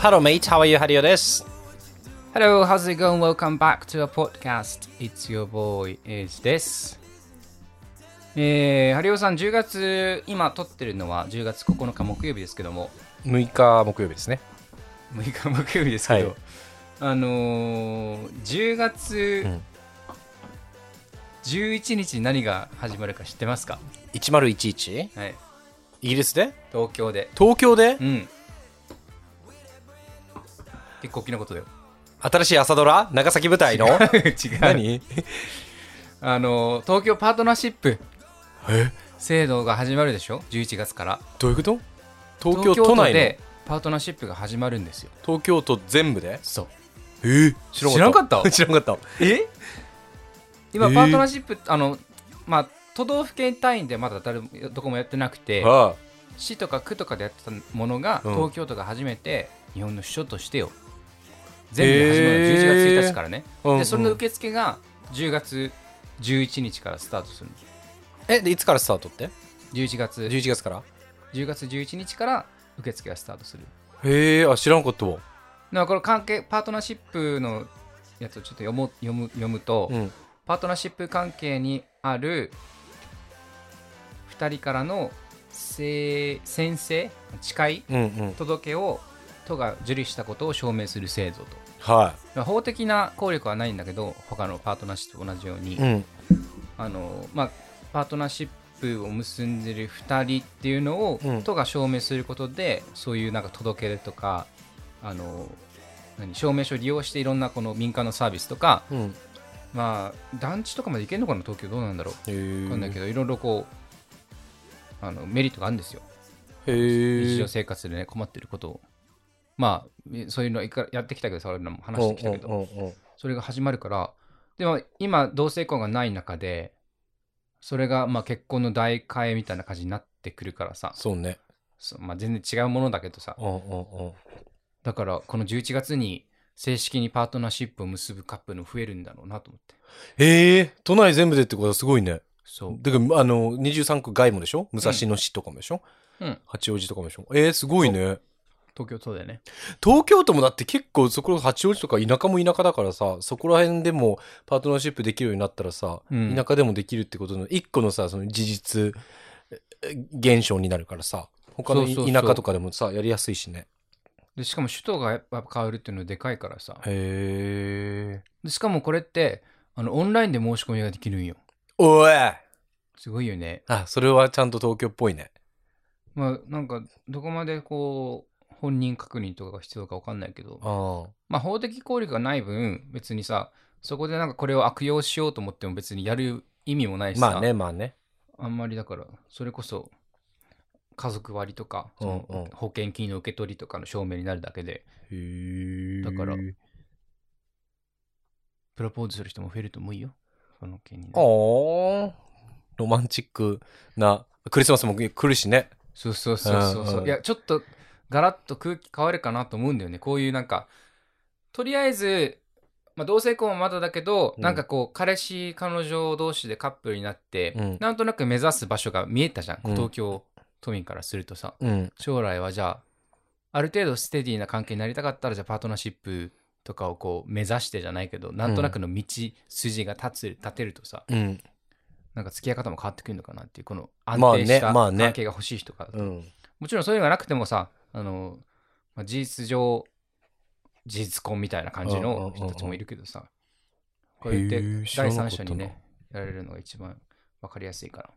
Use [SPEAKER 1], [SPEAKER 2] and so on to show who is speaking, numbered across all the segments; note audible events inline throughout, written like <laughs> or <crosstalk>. [SPEAKER 1] Hello, mate. How are you? Hario です。
[SPEAKER 2] Hello, how's it going? Welcome back to a podcast. It's your boy, Is です。えー、ハリオさん、10月、今撮ってるのは10月9日木曜日ですけども、
[SPEAKER 1] 6日木曜日ですね。
[SPEAKER 2] 6日木曜日ですけど、
[SPEAKER 1] はい
[SPEAKER 2] あのー、10月
[SPEAKER 1] ん
[SPEAKER 2] 11日に何が始まるか知ってますか、
[SPEAKER 1] 1011?
[SPEAKER 2] はい、
[SPEAKER 1] イギリスで
[SPEAKER 2] 東京で。
[SPEAKER 1] 東京で
[SPEAKER 2] うん。結構大きなことだよ。 <laughs>
[SPEAKER 1] 新しい朝ドラ長崎舞台の
[SPEAKER 2] 違う。
[SPEAKER 1] 何
[SPEAKER 2] あのー、東京パートナーシップ
[SPEAKER 1] え
[SPEAKER 2] 制度が始まるでしょ ?11 月から。
[SPEAKER 1] どういうこと東京都内の
[SPEAKER 2] でパートナーシップが始まるんですよ
[SPEAKER 1] 東京都全部で
[SPEAKER 2] そう
[SPEAKER 1] えー、
[SPEAKER 2] 知らんかった
[SPEAKER 1] <laughs> 知らんかっ
[SPEAKER 2] え今
[SPEAKER 1] えー
[SPEAKER 2] パートナーシップ、あのまあ都道府県単位でまだ誰もどこもやってなくて
[SPEAKER 1] た。ああ
[SPEAKER 2] 市とか区とかでやってたものが、
[SPEAKER 1] うん
[SPEAKER 2] 東京都が初めて日本の首都としてよ全部始まる、11月1日からね、
[SPEAKER 1] うんうん
[SPEAKER 2] でそれの受付が10月11日からスタートするの
[SPEAKER 1] え、でいつからスタートって
[SPEAKER 2] 11月
[SPEAKER 1] ?11 月から
[SPEAKER 2] 10月11日から受付がスタートする
[SPEAKER 1] へえ、あ、知らんかったわ。
[SPEAKER 2] なんかこの関係パートナーシップのやつをちょっと読もう読む読むと、
[SPEAKER 1] うん。
[SPEAKER 2] パートナーシップ関係にある2人からのせ宣誓誓い
[SPEAKER 1] うんうん。
[SPEAKER 2] 届けを都が受理したことを証明する制度と
[SPEAKER 1] は
[SPEAKER 2] まあ法的な効力はないんだけど他のパートナーシップと同じように、
[SPEAKER 1] い。うん。
[SPEAKER 2] あのまあ、パートナーシップを結んでる2人っていうのを、
[SPEAKER 1] うん
[SPEAKER 2] 都が証明することでそういうなんか届け出とかあの何証明書を利用していろんなこの民間のサービスとか、
[SPEAKER 1] うん。
[SPEAKER 2] まあ、団地とかまで行けるのかな東京どうなんだろう
[SPEAKER 1] へ
[SPEAKER 2] わかんない
[SPEAKER 1] え。
[SPEAKER 2] けどいろいろこうあのメリットがあるんですよ日
[SPEAKER 1] へ
[SPEAKER 2] 常生活でね困ってることをまあえそういうのいくらやってきたけどそういうのも話してきたけど
[SPEAKER 1] ど。
[SPEAKER 2] それが始まるからでも今同性婚がない中でそれがまあ結婚の代替えみたいな感じになってくるからさ、
[SPEAKER 1] そうね。
[SPEAKER 2] そうまあ、全然違うものだけどさ
[SPEAKER 1] うんうんうん。
[SPEAKER 2] だからこの11月に正式にパートナーシップを結ぶカップルも増えるんだろうなと思って
[SPEAKER 1] ええ、都内全部でってことはすごいね。
[SPEAKER 2] そう
[SPEAKER 1] だから、あの、23区外もでしょ武蔵野市とかもでしょ、
[SPEAKER 2] うん
[SPEAKER 1] 八王子とかもでしょえー、すごいね。
[SPEAKER 2] 東京都でね
[SPEAKER 1] 東京都もだって結構そこ、八王子とか田舎も田舎だからさ、そこら辺でもパートナーシップできるようになったらさ、
[SPEAKER 2] うん
[SPEAKER 1] 田舎でもできるってことの一個のさ、その事実え現象になるからさ、他のい
[SPEAKER 2] そうそうそう
[SPEAKER 1] 田舎とかでもさ、やりやすいしね。
[SPEAKER 2] でしかも首都がやっぱ変わるっていうのはでかいからさ
[SPEAKER 1] へえ。
[SPEAKER 2] でしかもこれってあのオンラインで申し込みができるんよ
[SPEAKER 1] おい
[SPEAKER 2] すごいよね
[SPEAKER 1] あ、それはちゃんと東京っぽいね。
[SPEAKER 2] まあなんかどこまでこう本人確認とかが必要か分かんないけど
[SPEAKER 1] ああ。
[SPEAKER 2] まあ法的効力がない分別にさそこでなんかこれを悪用しようと思っても別にやる意味もないしさ、
[SPEAKER 1] まあね、まあね。
[SPEAKER 2] あんまりだからそれこそ家族割とかその
[SPEAKER 1] うんうん
[SPEAKER 2] 保険金の受け取りとかの証明になるだけで
[SPEAKER 1] へえ
[SPEAKER 2] だから
[SPEAKER 1] あ
[SPEAKER 2] プロポーズする人も増えると思うよその件にね、
[SPEAKER 1] あ。ロマンチックな、クリスマスも来るしね。
[SPEAKER 2] そうそうそうそうそう、
[SPEAKER 1] うんうん
[SPEAKER 2] いやちょっとガラッと空気変わるかなと思うんだよねこういうなんかとりあえず、まあ、同性婚はまだだけど、
[SPEAKER 1] うん
[SPEAKER 2] なんかこう彼氏彼女同士でカップルになって、
[SPEAKER 1] うん
[SPEAKER 2] なんとなく目指す場所が見えたじゃん、
[SPEAKER 1] うん
[SPEAKER 2] 東京都民からするとさ
[SPEAKER 1] うん。
[SPEAKER 2] 将来はじゃあある程度ステディな関係になりたかったらじゃあパートナーシップとかをこう目指してじゃないけどなんとなくの道筋が立つ立てるとさ
[SPEAKER 1] うん。
[SPEAKER 2] なんか付き合い方も変わってくるのかなっていうこの安
[SPEAKER 1] まあね
[SPEAKER 2] 定した
[SPEAKER 1] まあね
[SPEAKER 2] 関係が欲しい人から
[SPEAKER 1] うん。
[SPEAKER 2] もちろんそういうのがなくてもさ、あの、まあ、事実上、事実婚みたいな感じの人たちもいるけどさ、こうやって
[SPEAKER 1] へー知ら
[SPEAKER 2] 第
[SPEAKER 1] なかったな
[SPEAKER 2] 三者にね、やられるのが一番わかりやすいから。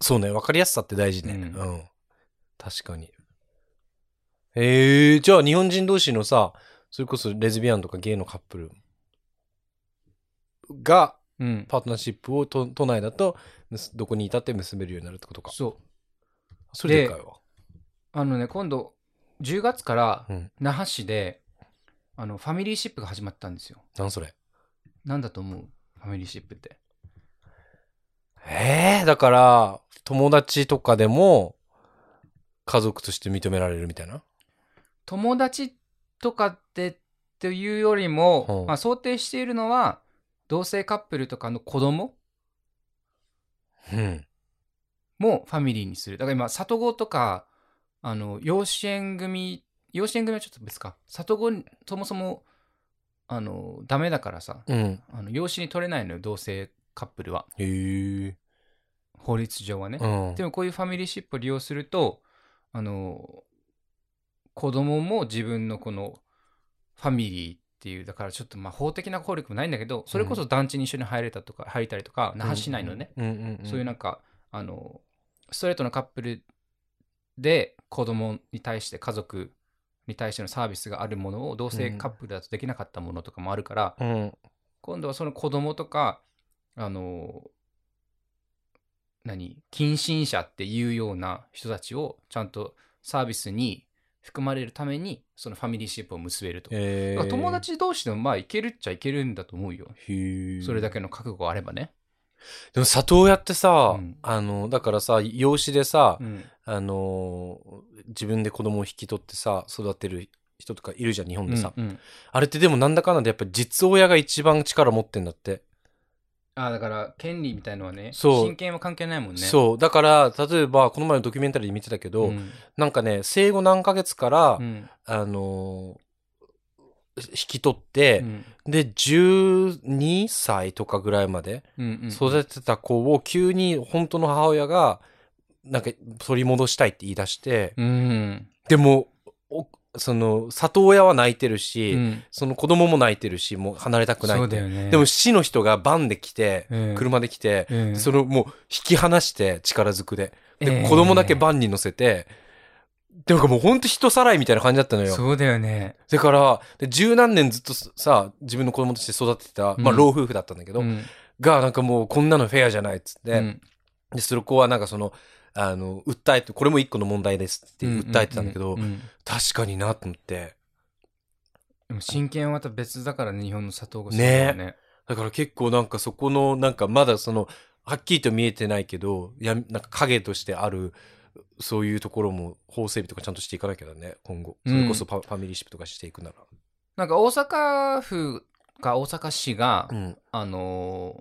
[SPEAKER 1] そうね、分かりやすさって大事ね。う
[SPEAKER 2] うん
[SPEAKER 1] ん。確かに。えー、じゃあ日本人同士のさ、それこそレズビアンとかゲイのカップルが
[SPEAKER 2] うん。
[SPEAKER 1] パートナーシップを都都内だとむすどこにいたって結べるようになるってことか。
[SPEAKER 2] そう。
[SPEAKER 1] それでかいわ。
[SPEAKER 2] あのね、今度、10月から
[SPEAKER 1] うん
[SPEAKER 2] 那覇市で、あの、ファミリーシップが始まったんですよ。
[SPEAKER 1] なんそれ。
[SPEAKER 2] なんだと思うファミリーシップって。
[SPEAKER 1] えー、だから友達とかでも家族として認められるみたいな。
[SPEAKER 2] 友達とかって、というよりも、
[SPEAKER 1] うん
[SPEAKER 2] まあ、想定しているのは、同性カップルとかの子供
[SPEAKER 1] うん。
[SPEAKER 2] もファミリーにする。だから今、里子とか、あの、養子縁組養子縁組はちょっと別か。里子に、そもそも、あの、ダメだからさ、
[SPEAKER 1] うん。
[SPEAKER 2] あの養子に取れないのよ、同性カップルは。
[SPEAKER 1] へえ。
[SPEAKER 2] 法律上はね。
[SPEAKER 1] うん。
[SPEAKER 2] でもこういうファミリーシップを利用すると、あの、子供も自分のこのファミリーっていう、だからちょっとまあ法的な効力もないんだけど、それこそ団地に一緒に入れたとか、入ったりとか、那覇市内のね、
[SPEAKER 1] うんうんうん。
[SPEAKER 2] そういうなんか、あの、ストレートのカップルで子供に対して家族に対してのサービスがあるものを同性カップルだとできなかったものとかもあるから、
[SPEAKER 1] うん。
[SPEAKER 2] 今度はその子供とか、あの、何、近親者っていうような人たちをちゃんとサービスに含まれるために、そのファミリーシップを結べると。
[SPEAKER 1] え
[SPEAKER 2] だから友達同士でもまあいけるっちゃいけるんだと思うよ。
[SPEAKER 1] へえ。
[SPEAKER 2] それだけの覚悟があればね。
[SPEAKER 1] でも里親ってさ、
[SPEAKER 2] うん
[SPEAKER 1] あの、だからさ、養子でさ、
[SPEAKER 2] うん。
[SPEAKER 1] あのー、自分で子供を引き取ってさ、育てる人とかいるじゃん、日本でさ。
[SPEAKER 2] うんうん
[SPEAKER 1] あれってでもなんだかんだでやっぱ実親が一番力持ってんだって。
[SPEAKER 2] ああ、だから権利みたいのはね、
[SPEAKER 1] そう
[SPEAKER 2] 親権は関係ないもんね。
[SPEAKER 1] そう。だから、例えば、この前のドキュメンタリーで見てたけど、
[SPEAKER 2] ん
[SPEAKER 1] なんかね、生後何ヶ月から、
[SPEAKER 2] うん
[SPEAKER 1] あのー、引き取って
[SPEAKER 2] う、ん
[SPEAKER 1] で、12歳とかぐらいまで
[SPEAKER 2] うんうん
[SPEAKER 1] 育てた子を急に本当の母親が、なんか取り戻したいって言い出して、
[SPEAKER 2] うん
[SPEAKER 1] でも、おその、里親は泣いてる
[SPEAKER 2] う
[SPEAKER 1] し、
[SPEAKER 2] ん
[SPEAKER 1] その子供も泣いてるし、もう離れたくないって
[SPEAKER 2] そうだよね。
[SPEAKER 1] でも市の人がバンで来て、
[SPEAKER 2] うん
[SPEAKER 1] 車で来て、
[SPEAKER 2] うん
[SPEAKER 1] それをもう引き離して力ずくで。で、
[SPEAKER 2] ええ
[SPEAKER 1] 子供だけバンに乗せて、でもなんかもうほんと人さらいみたいな感じだったのよ。
[SPEAKER 2] そうだよね。
[SPEAKER 1] だから、で十何年ずっとさ、自分の子供として育ててた、まあ
[SPEAKER 2] うん
[SPEAKER 1] 老夫婦だったんだけど、
[SPEAKER 2] うん
[SPEAKER 1] がなんかもうこんなのフェアじゃないっつって、
[SPEAKER 2] うん
[SPEAKER 1] で、その子はなんかその、あの、訴えて、これも一個の問題ですって訴えてたんだけど、
[SPEAKER 2] うううん
[SPEAKER 1] 確かになと思って。
[SPEAKER 2] でも親権はまた別だからね、日本の砂糖がね。
[SPEAKER 1] だから結構なんかそこのなんかまだそのはっきりと見えてないけどやなんか影としてあるそういうところも法整備とかちゃんとしていかなきゃだね今後
[SPEAKER 2] う
[SPEAKER 1] そ
[SPEAKER 2] ん
[SPEAKER 1] れこそパファミリーシップとかしていくなら、
[SPEAKER 2] なんか大阪府か大阪市が、
[SPEAKER 1] うん、
[SPEAKER 2] あの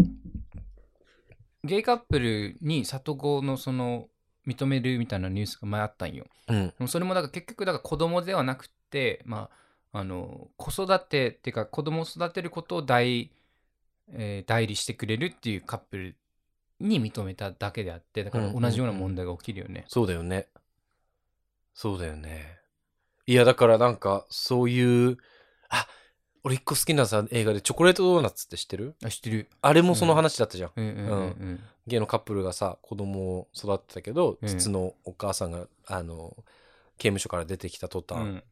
[SPEAKER 2] ーゲイカップルに里子のその認めるみたいなニュースが前あったんよ。
[SPEAKER 1] うん
[SPEAKER 2] でもそれもだから結局だから子供ではなくて、まあ、あの子育てっていうか子供を育てることを代,、えー代理してくれるっていうカップルに認めただけであってだから同じような問題が起きるよね。
[SPEAKER 1] そうだよねそうだよねいやだからなんかそういうあ俺一個好きなさ映画でチョコレートドーナツって知ってる
[SPEAKER 2] あ知ってる。
[SPEAKER 1] あれもその話だったじゃん、
[SPEAKER 2] うんうんうん
[SPEAKER 1] ゲイのカップルがさ子供を育てたけど、
[SPEAKER 2] うん
[SPEAKER 1] 実のお母さんがあの刑務所から出てきた途
[SPEAKER 2] うん。う
[SPEAKER 1] 端、
[SPEAKER 2] ん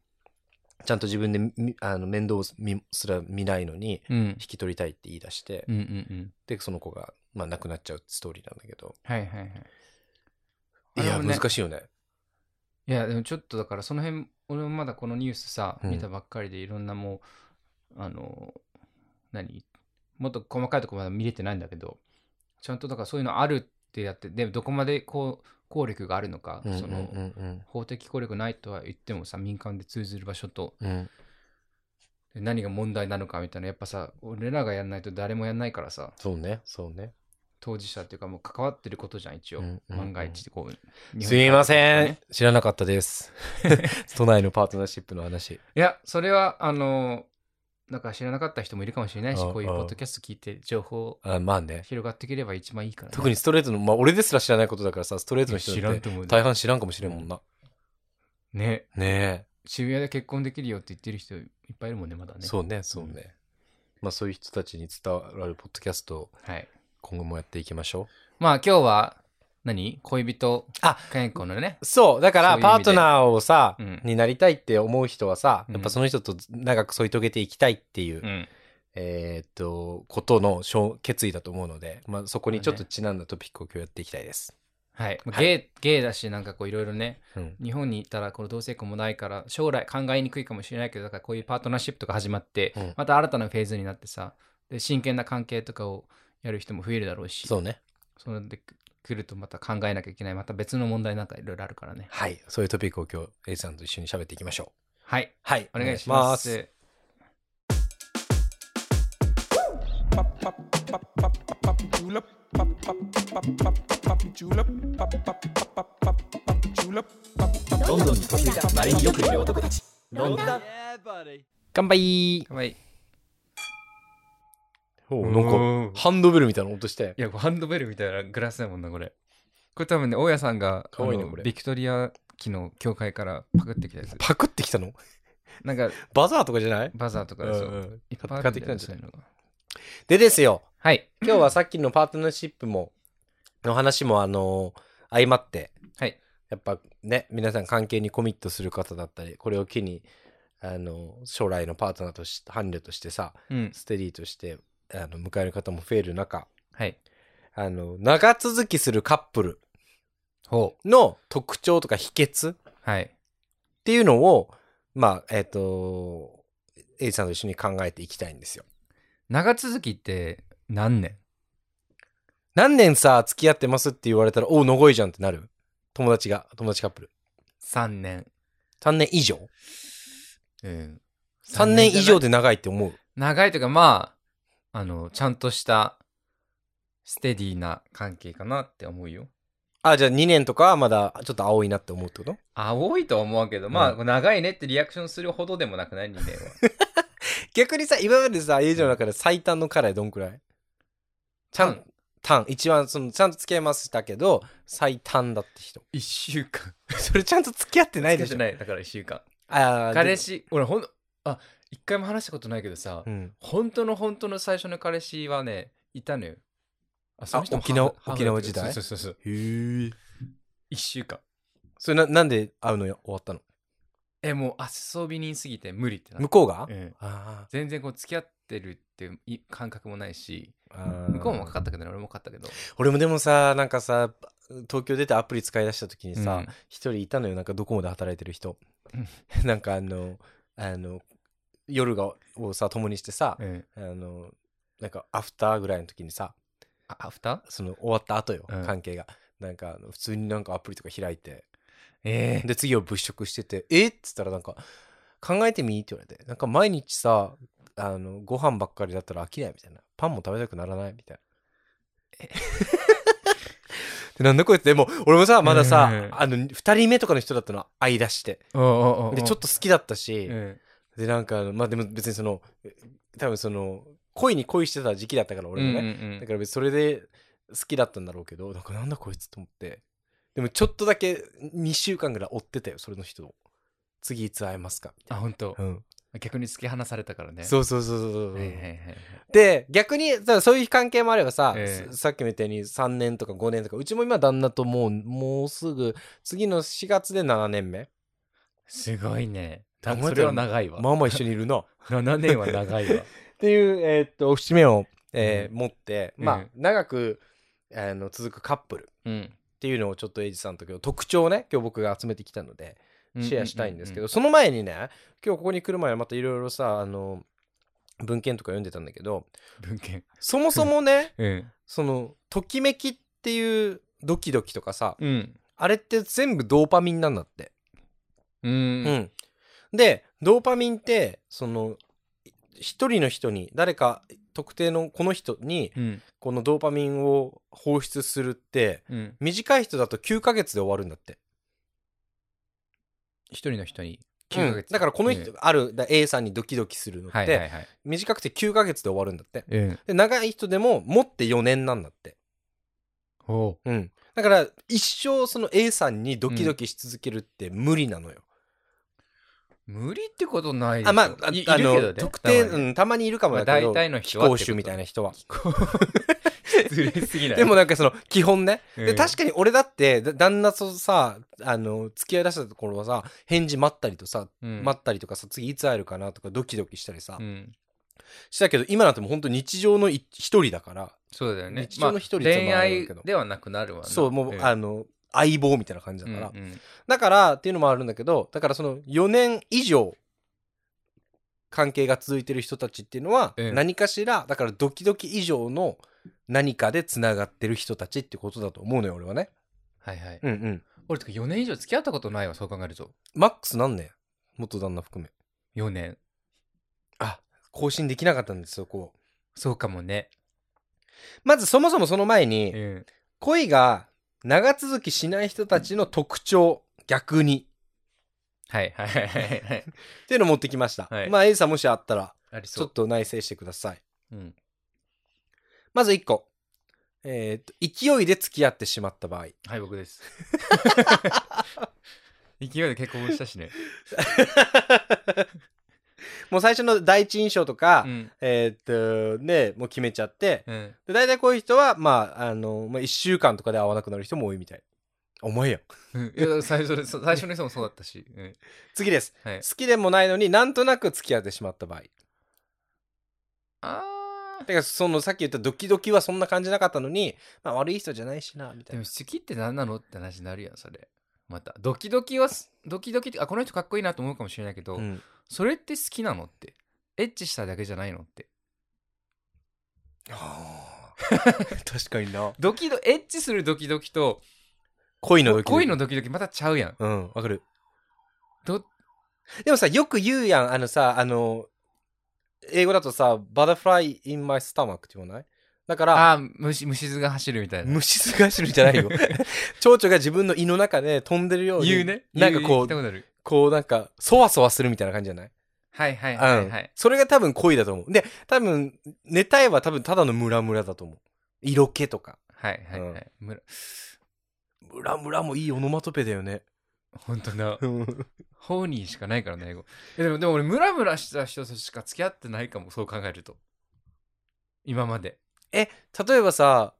[SPEAKER 1] ちゃんと自分でみあの面倒をみすら見ないのに
[SPEAKER 2] うんうん
[SPEAKER 1] 引き取りたいって言い出して、
[SPEAKER 2] うんうん。
[SPEAKER 1] でその子が、まあ、亡くなっちゃうストーリーなんだけど
[SPEAKER 2] はいはいはい。
[SPEAKER 1] いや、
[SPEAKER 2] あれもね
[SPEAKER 1] 難しいよね
[SPEAKER 2] いやでもちょっとだからその辺俺もまだこのニュースさ
[SPEAKER 1] うん
[SPEAKER 2] 見たばっかりでいろんなもう、あの何もっと細かいとこまで見れてないんだけどちゃんとだからそういうのあるってやってでもどこまでこう効力があるのか、
[SPEAKER 1] うんうん
[SPEAKER 2] そ
[SPEAKER 1] う
[SPEAKER 2] の
[SPEAKER 1] ん
[SPEAKER 2] 法的効力ないとは言ってもさ民間で通ずる場所と
[SPEAKER 1] うんうん
[SPEAKER 2] で何が問題なのかみたいなやっぱさ俺らがやんないと誰もやんないからさ
[SPEAKER 1] そうねそうね
[SPEAKER 2] 当事者っていうかもう関わってることじゃん一応、
[SPEAKER 1] うんうんうん
[SPEAKER 2] 万が一こう
[SPEAKER 1] すいません、
[SPEAKER 2] 日本に関わってることね
[SPEAKER 1] 知らなかったです <laughs> 都内のパートナーシップの話
[SPEAKER 2] いや、それは、あの、なんか知らなかった人もいるかもしれないし、
[SPEAKER 1] うん
[SPEAKER 2] こういう
[SPEAKER 1] うん
[SPEAKER 2] ポッドキャスト聞いて情報
[SPEAKER 1] あまあね
[SPEAKER 2] 広がっていければ一番いいからね、
[SPEAKER 1] 特にストレートの、まあ、俺ですら知らないことだからさストレートの人
[SPEAKER 2] 知ら
[SPEAKER 1] っ
[SPEAKER 2] ん
[SPEAKER 1] て
[SPEAKER 2] と思うよ
[SPEAKER 1] 大半知らんかもしれんもんな、
[SPEAKER 2] ね、
[SPEAKER 1] ね
[SPEAKER 2] 渋谷で結婚できるよって言ってる人いっぱいいるもんね、まだ
[SPEAKER 1] え
[SPEAKER 2] ね。
[SPEAKER 1] そうねそうね、まあそういう人たちに伝わるポッドキャストを
[SPEAKER 2] はい。
[SPEAKER 1] 今後もやっていきましょう
[SPEAKER 2] まあ今日は何、恋人
[SPEAKER 1] あ
[SPEAKER 2] 健康のね。
[SPEAKER 1] そう、だから
[SPEAKER 2] そういう意
[SPEAKER 1] パ
[SPEAKER 2] 味
[SPEAKER 1] ー
[SPEAKER 2] で
[SPEAKER 1] トナーをさ、
[SPEAKER 2] うん
[SPEAKER 1] になりたいって思う人はさ、
[SPEAKER 2] うん
[SPEAKER 1] やっぱその人と長く添い遂げていきたいっていう、
[SPEAKER 2] うん。
[SPEAKER 1] えーっと、ことの承決意だと思うので、まあそこにちょっとちなんだトピックを今日やっていきたいです。
[SPEAKER 2] はい。まあ
[SPEAKER 1] はい
[SPEAKER 2] ゲイ、ゲイだし、なんかこういろいろね、
[SPEAKER 1] うん。
[SPEAKER 2] 日本にいたらこの同性婚もないから将来考えにくいかもしれないけどだからこういうパートナーシップとか始まって、
[SPEAKER 1] うん
[SPEAKER 2] また新たなフェーズになってさで真剣な関係とかをやる人も増えるだろうし
[SPEAKER 1] そうね。
[SPEAKER 2] それで来るとまた考えなきゃいけないまた別の問題なんかいろいろあるからね
[SPEAKER 1] はい。そういうトピックを今日、A さんと一緒に喋っていきましょう。
[SPEAKER 2] はい
[SPEAKER 1] はい。
[SPEAKER 2] お願いします
[SPEAKER 1] お願いし
[SPEAKER 3] どんどんときめく周りによくいる男たち
[SPEAKER 1] 飲んだ。
[SPEAKER 2] 乾杯乾杯い
[SPEAKER 1] お
[SPEAKER 2] う
[SPEAKER 1] なんか、
[SPEAKER 2] ん
[SPEAKER 1] ハンドベルみたいな音したよ。
[SPEAKER 2] やハンドベルみたいなグラスだもんなこれこれ多分ね大家さんが
[SPEAKER 1] かわいいね
[SPEAKER 2] あの
[SPEAKER 1] これ
[SPEAKER 2] ビクトリア機の教会からパクってきたやつ
[SPEAKER 1] パクってきたの
[SPEAKER 2] なんか
[SPEAKER 1] バザーとかじゃない
[SPEAKER 2] バザーとかで
[SPEAKER 1] う
[SPEAKER 2] そ
[SPEAKER 1] んう
[SPEAKER 2] う、
[SPEAKER 1] ん
[SPEAKER 2] いっぱいあ
[SPEAKER 1] 買っ
[SPEAKER 2] る
[SPEAKER 1] て
[SPEAKER 2] ん
[SPEAKER 1] きたんじゃ
[SPEAKER 2] だよねそ
[SPEAKER 1] ない
[SPEAKER 2] ういうのが
[SPEAKER 1] でですよ、
[SPEAKER 2] はい
[SPEAKER 1] 今日はさっきのパートナーシップも、の話もあの、相まって、
[SPEAKER 2] はい
[SPEAKER 1] やっぱね、皆さん関係にコミットする方だったり、これを機に、あの、将来のパートナーとして、伴侶としてさ、
[SPEAKER 2] うん
[SPEAKER 1] ステディとして、あの、迎える方も増える中、
[SPEAKER 2] はい
[SPEAKER 1] あの、長続きするカップル
[SPEAKER 2] ほ
[SPEAKER 1] の特徴とか秘訣っ
[SPEAKER 2] うはい
[SPEAKER 1] ていうのを、まあ、えっ、と、エイジさんと一緒に考えていきたいんですよ。
[SPEAKER 2] 長続きって何年
[SPEAKER 1] 何年さ、付き合ってますって言われたら、おう、のごいじゃんってなる友達が、友達カップル。
[SPEAKER 2] ?3 年
[SPEAKER 1] 3年以上
[SPEAKER 2] うん
[SPEAKER 1] 3年以上
[SPEAKER 2] で
[SPEAKER 1] で長いって思う
[SPEAKER 2] 長いというかまああのちゃんとしたステディな関係かなって思うよ
[SPEAKER 1] あじゃあ2年とかはまだちょっと青いなって思うってこと
[SPEAKER 2] 青いとは思うけどまあ、
[SPEAKER 1] う
[SPEAKER 2] 長いねってリアクションするほどでもなくない2年は <laughs>
[SPEAKER 1] 逆にさ今までさ友情の中で最短の彼どんくらい
[SPEAKER 2] ちゃん
[SPEAKER 1] 短一番そのちゃんと付き合いましたけど最短だって人
[SPEAKER 2] 1週間
[SPEAKER 1] <laughs> それちゃんと付き合ってないでし
[SPEAKER 2] 付
[SPEAKER 1] ょ
[SPEAKER 2] き合ってないだから1週間
[SPEAKER 1] あー
[SPEAKER 2] 彼氏俺ほんあ一回も話したことないけどさ、
[SPEAKER 1] でうん
[SPEAKER 2] 本当の本当の最初の彼氏はねいたのよあも
[SPEAKER 1] 沖縄
[SPEAKER 2] ハーフハーフ
[SPEAKER 1] 沖縄時代
[SPEAKER 2] そうそうそうそう
[SPEAKER 1] へえ
[SPEAKER 2] 1週間
[SPEAKER 1] それななんで会うのよ終わったの
[SPEAKER 2] えもう遊び人すぎて無理ってなっ
[SPEAKER 1] 向こうが、
[SPEAKER 2] た、うん
[SPEAKER 1] あ
[SPEAKER 2] 全然こう付き合ってるっていうい感覚もないし
[SPEAKER 1] ーあー
[SPEAKER 2] 向こうもかかったけどね俺もかかったけど
[SPEAKER 1] 俺もでもさなんかさ東京出てアプリ使い出した時にさ、
[SPEAKER 2] うん
[SPEAKER 1] 一人いたのよなんかドコモで働いてる人 <laughs>
[SPEAKER 2] う
[SPEAKER 1] なんかあのあの夜がをさ共にしてさ、
[SPEAKER 2] うん
[SPEAKER 1] あのなんかアフターぐらいの時にさ
[SPEAKER 2] あアフター
[SPEAKER 1] その終わった後よ、
[SPEAKER 2] うん
[SPEAKER 1] 関係がなんかあの普通になんかアプリとか開いて
[SPEAKER 2] ええ
[SPEAKER 1] で次を物色してて「えっ?」っつったらなんか「考えてみ?」って言われてなんか毎日さあのご飯ばっかりだったら飽きないみたいなパンも食べたくならないみたいな。 <laughs> でなんだこいつでも俺もさまださ、
[SPEAKER 2] うん
[SPEAKER 1] あの2人目とかの人だったの会い出して
[SPEAKER 2] おうおうおうおう
[SPEAKER 1] でちょっと好きだったし、
[SPEAKER 2] うん
[SPEAKER 1] でなんかあのまあでも別にそのえ多分その恋に恋してた時期だったから俺もね、
[SPEAKER 2] うんうんうん
[SPEAKER 1] だから別にそれで好きだったんだろうけどなんかなんだこいつと思ってでもちょっとだけ2週間ぐらい追ってたよそれの人を次いつ会えますかみたい
[SPEAKER 2] あ本当
[SPEAKER 1] な、うん
[SPEAKER 2] 逆に突き放されたからね
[SPEAKER 1] そうそうそうそうそう、
[SPEAKER 2] はいはいはいはい
[SPEAKER 1] で逆にさそういう関係もあればさ、
[SPEAKER 2] ええ
[SPEAKER 1] ささっきみたいに3年とか5年とかうちも今旦那ともうもうすぐ次の4月で7年目
[SPEAKER 2] すごいね
[SPEAKER 1] 考えたら
[SPEAKER 2] それは長いわ、
[SPEAKER 1] まあまあ一緒にいるな
[SPEAKER 2] 7年は長いわ
[SPEAKER 1] っていう、えーっと節目を、えー持って、まあ
[SPEAKER 2] うん、
[SPEAKER 1] 長くあの続くカップルっ
[SPEAKER 2] うん
[SPEAKER 1] て <laughs> いうのをちょっとエイジさんと今日特徴をね今日僕が集めてきたのでシェアしたいんですけど、その前にね今日ここに来る前はまたいろいろさあの文献とか読んでたんだけど
[SPEAKER 2] 文献
[SPEAKER 1] そもそもね
[SPEAKER 2] うん
[SPEAKER 1] そのときめきっていうドキドキとかさ
[SPEAKER 2] うん
[SPEAKER 1] あれって全部ドーパミンなんだって。
[SPEAKER 2] う
[SPEAKER 1] うんん、でドーパミンってその一人の人に誰か特定のこの人に
[SPEAKER 2] うん
[SPEAKER 1] このドーパミンを放出するって
[SPEAKER 2] うん
[SPEAKER 1] 短い人だと9ヶ月で終わるんだって、
[SPEAKER 2] 一人の人に9ヶ月、
[SPEAKER 1] うんだからこの人、
[SPEAKER 2] うん
[SPEAKER 1] あるだ A さんにドキドキするのって、
[SPEAKER 2] はいはいはい
[SPEAKER 1] 短くて9ヶ月で終わるんだって
[SPEAKER 2] うん
[SPEAKER 1] で長い人でも持って4年なんだって、
[SPEAKER 2] ほ
[SPEAKER 1] うん、だから一生その A さんにドキドキし続けるって無理なのよ、
[SPEAKER 2] う無理ってことないでしょ
[SPEAKER 1] あまああ
[SPEAKER 2] いいる
[SPEAKER 1] あ
[SPEAKER 2] けどね
[SPEAKER 1] の特定
[SPEAKER 2] たま
[SPEAKER 1] う
[SPEAKER 2] <laughs> に
[SPEAKER 1] んたまにいるかも
[SPEAKER 2] まあ
[SPEAKER 1] だけ
[SPEAKER 2] 大
[SPEAKER 1] ど、
[SPEAKER 2] 体の
[SPEAKER 1] 非
[SPEAKER 2] 人は
[SPEAKER 1] 公衆みたい
[SPEAKER 2] な
[SPEAKER 1] な人は
[SPEAKER 2] 失礼すぎない
[SPEAKER 1] でもなんかその基本ねで確
[SPEAKER 2] か
[SPEAKER 1] かに俺だってだ旦那とさあの付き合いだしたところはさ返事待ったりとさ
[SPEAKER 2] に
[SPEAKER 1] 待ったりとかさ次いつ会えるかなとかドキドキしたりさ、
[SPEAKER 2] うん
[SPEAKER 1] したけど今なんてもう本当日常のい一人だから、
[SPEAKER 2] そうだよね
[SPEAKER 1] 日常の一人
[SPEAKER 2] ま
[SPEAKER 1] でつ
[SPEAKER 2] あ
[SPEAKER 1] ま
[SPEAKER 2] 恋
[SPEAKER 1] らないわけ
[SPEAKER 2] 愛
[SPEAKER 1] ど
[SPEAKER 2] ではなくなるわな
[SPEAKER 1] そうもう、
[SPEAKER 2] ん
[SPEAKER 1] あの相棒みたいな感じだから、
[SPEAKER 2] うんうん
[SPEAKER 1] だからっていうのもあるんだけどだからその4年以上関係が続いてる人たちっていうのは、
[SPEAKER 2] ええ
[SPEAKER 1] 何かしらだからドキドキ以上の何かでつながってる人たちってことだと思うのよ俺はね
[SPEAKER 2] はいはい
[SPEAKER 1] うんうん
[SPEAKER 2] 俺とか4年以上付き合ったことないわそう考えると
[SPEAKER 1] マックスなんね元旦那含め
[SPEAKER 2] 4年
[SPEAKER 1] あ更新できなかったんですよこう
[SPEAKER 2] そうかもね
[SPEAKER 1] まずそもそもその前に、
[SPEAKER 2] うん
[SPEAKER 1] 恋が長続きしない人たちの特徴逆に
[SPEAKER 2] はいはいはいはい。
[SPEAKER 1] っていうのを持ってきました。
[SPEAKER 2] はい
[SPEAKER 1] まあ A さんもしあったら、
[SPEAKER 2] あり
[SPEAKER 1] ちょ
[SPEAKER 2] そ
[SPEAKER 1] っと内省してください。
[SPEAKER 2] う。うん。
[SPEAKER 1] まず1個。えーと勢いで付き合ってしまった場合。
[SPEAKER 2] はい、僕です。
[SPEAKER 1] <laughs>
[SPEAKER 2] 勢いで結婚したしね。
[SPEAKER 1] もう最初の第一印象とか、
[SPEAKER 2] うん。
[SPEAKER 1] えーっと、ね、もう決めちゃって、
[SPEAKER 2] うん。
[SPEAKER 1] で大体こういう人は、まあ、あの、まあ、1週間とかで会わなくなる人も多いみたい。お前やん。
[SPEAKER 2] うんいや、だから最初で、そう最初の人もそうだったし。うん。
[SPEAKER 1] 次です。
[SPEAKER 2] はい
[SPEAKER 1] 好。きでもないのになんとなく付き合ってしまった場合。
[SPEAKER 2] あー
[SPEAKER 1] だからそのさっき言ったドキドキはそんな感じなかったのに、まあ、悪い人じゃないしな、みた
[SPEAKER 2] で
[SPEAKER 1] い
[SPEAKER 2] も
[SPEAKER 1] な。
[SPEAKER 2] 好きって何なのって話になるやんそれまたドキドキはすドキドキってあこの人かっこいいなと思うかもしれないけど、
[SPEAKER 1] うん
[SPEAKER 2] それって好きなのってエッチしただけじゃないのって
[SPEAKER 1] あ
[SPEAKER 2] <laughs>
[SPEAKER 1] ー確かにな。
[SPEAKER 2] ドキドエッチするドキドキと
[SPEAKER 1] 恋のドキドキ。
[SPEAKER 2] 恋のドキドキまたちゃうやん
[SPEAKER 1] うん、わかる。
[SPEAKER 2] ど
[SPEAKER 1] でもさ、よく言うやん、あのさ、あの、英語だとさ、バタフライ in my stomach って言わないだから、
[SPEAKER 2] ああ虫虫図が走るみたいな
[SPEAKER 1] 虫すがしるんじゃない
[SPEAKER 2] <laughs>
[SPEAKER 1] よ。蝶々が自分の胃の中で飛んでるように。
[SPEAKER 2] 言うね
[SPEAKER 1] なんかこ
[SPEAKER 2] 言聞いた
[SPEAKER 1] う、
[SPEAKER 2] ことある
[SPEAKER 1] こうなんか、そわそわするみたいな感じじゃない
[SPEAKER 2] はいは
[SPEAKER 1] う
[SPEAKER 2] い
[SPEAKER 1] ん、
[SPEAKER 2] はいはい、
[SPEAKER 1] それが多分恋だと思う。で、多分、寝たいは多分ただのムラムラだと思う。色気とか。
[SPEAKER 2] はいはいはい、むら
[SPEAKER 1] ムラムラもいいオノマトペだよ
[SPEAKER 2] <laughs>
[SPEAKER 1] ね。
[SPEAKER 2] 本当だ
[SPEAKER 1] うん
[SPEAKER 2] ホーニーしかないからね英語えでもでも俺ムラムラした人としか付き合ってないかもそう考えると今まで
[SPEAKER 1] 例えばさ、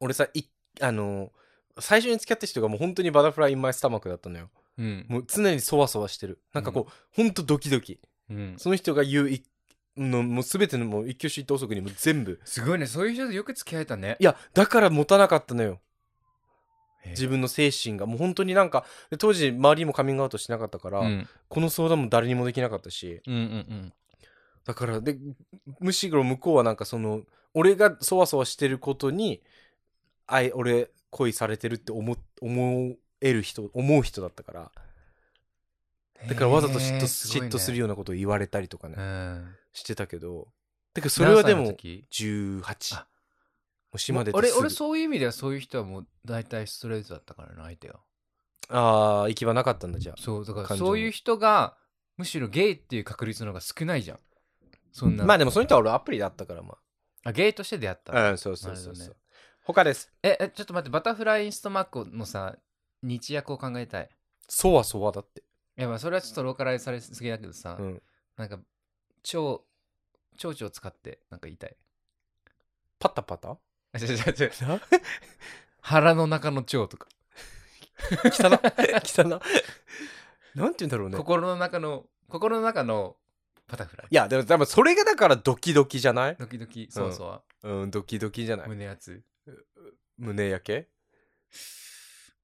[SPEAKER 1] 俺さ、い、あの、最初に付き合った人がもう本当にバタフライインマイスタマックだったのよ。
[SPEAKER 2] うん
[SPEAKER 1] もう常にそわそわしてる。なんかこう、ほんとドキドキ。
[SPEAKER 2] うん
[SPEAKER 1] その人が言ういの、もう全てのもう一挙手一投足にもう全部。
[SPEAKER 2] すごいねそういう人とよく付き合えたね
[SPEAKER 1] いや、だから持たなかったのよ。
[SPEAKER 2] へえ
[SPEAKER 1] 自分の精神が。もう本当になんか、で当時周りもカミングアウトしなかったから、
[SPEAKER 2] うん、
[SPEAKER 1] この相談も誰にもできなかったし。
[SPEAKER 2] うんうん
[SPEAKER 1] だから、で、むしろ向こうはなんかその、俺がそわそわしてることに、あい、俺、恋されてるって思、思える人、思う人だったから。
[SPEAKER 2] うん
[SPEAKER 1] だからわざと嫉妬,、嫉妬する
[SPEAKER 2] よ、
[SPEAKER 1] ようなことを言われたりとかね。
[SPEAKER 2] うん、
[SPEAKER 1] してたけど。てか、それはで
[SPEAKER 2] 何歳
[SPEAKER 1] も
[SPEAKER 2] の、時
[SPEAKER 1] 18。も
[SPEAKER 2] あ
[SPEAKER 1] う島出て
[SPEAKER 2] 俺
[SPEAKER 1] すぐ
[SPEAKER 2] 俺そういう意味ではそういう人はもう大体ストレートだったからな相手が
[SPEAKER 1] ああ、行き場なかったんだ、じゃあ。
[SPEAKER 2] そうだから
[SPEAKER 1] 感情
[SPEAKER 2] そういう人がむしろゲイっていう確率の方が少ないじゃんそんな、
[SPEAKER 1] まあでも、その人は俺アプリだったから、ま
[SPEAKER 2] あゲイとして出会った、
[SPEAKER 1] あ。うん、そうそうそう
[SPEAKER 2] な
[SPEAKER 1] そ
[SPEAKER 2] るほど
[SPEAKER 1] う。
[SPEAKER 2] ね
[SPEAKER 1] 他です。
[SPEAKER 2] ええちょっと待ってバタフライインストマックのさ日訳を考えたい
[SPEAKER 1] そわそわだって。
[SPEAKER 2] いやまあそれはちょっとローカライズされすぎだけどさ、
[SPEAKER 1] うん。
[SPEAKER 2] なんか蝶蝶々を使ってなんか言い
[SPEAKER 1] <laughs>
[SPEAKER 2] たい
[SPEAKER 1] パタパタ
[SPEAKER 2] あ違う違う違う腹の中の蝶とか
[SPEAKER 1] <laughs> 汚な。汚な。なんて言うんだろうね。
[SPEAKER 2] 心の中の心の中のバタフライ
[SPEAKER 1] いや、でも多分それがだからドキドキじゃない
[SPEAKER 2] ドキドキそうそ
[SPEAKER 1] うん、ドキドキじゃな
[SPEAKER 2] う、
[SPEAKER 1] い。
[SPEAKER 2] 胸熱
[SPEAKER 1] 胸焼け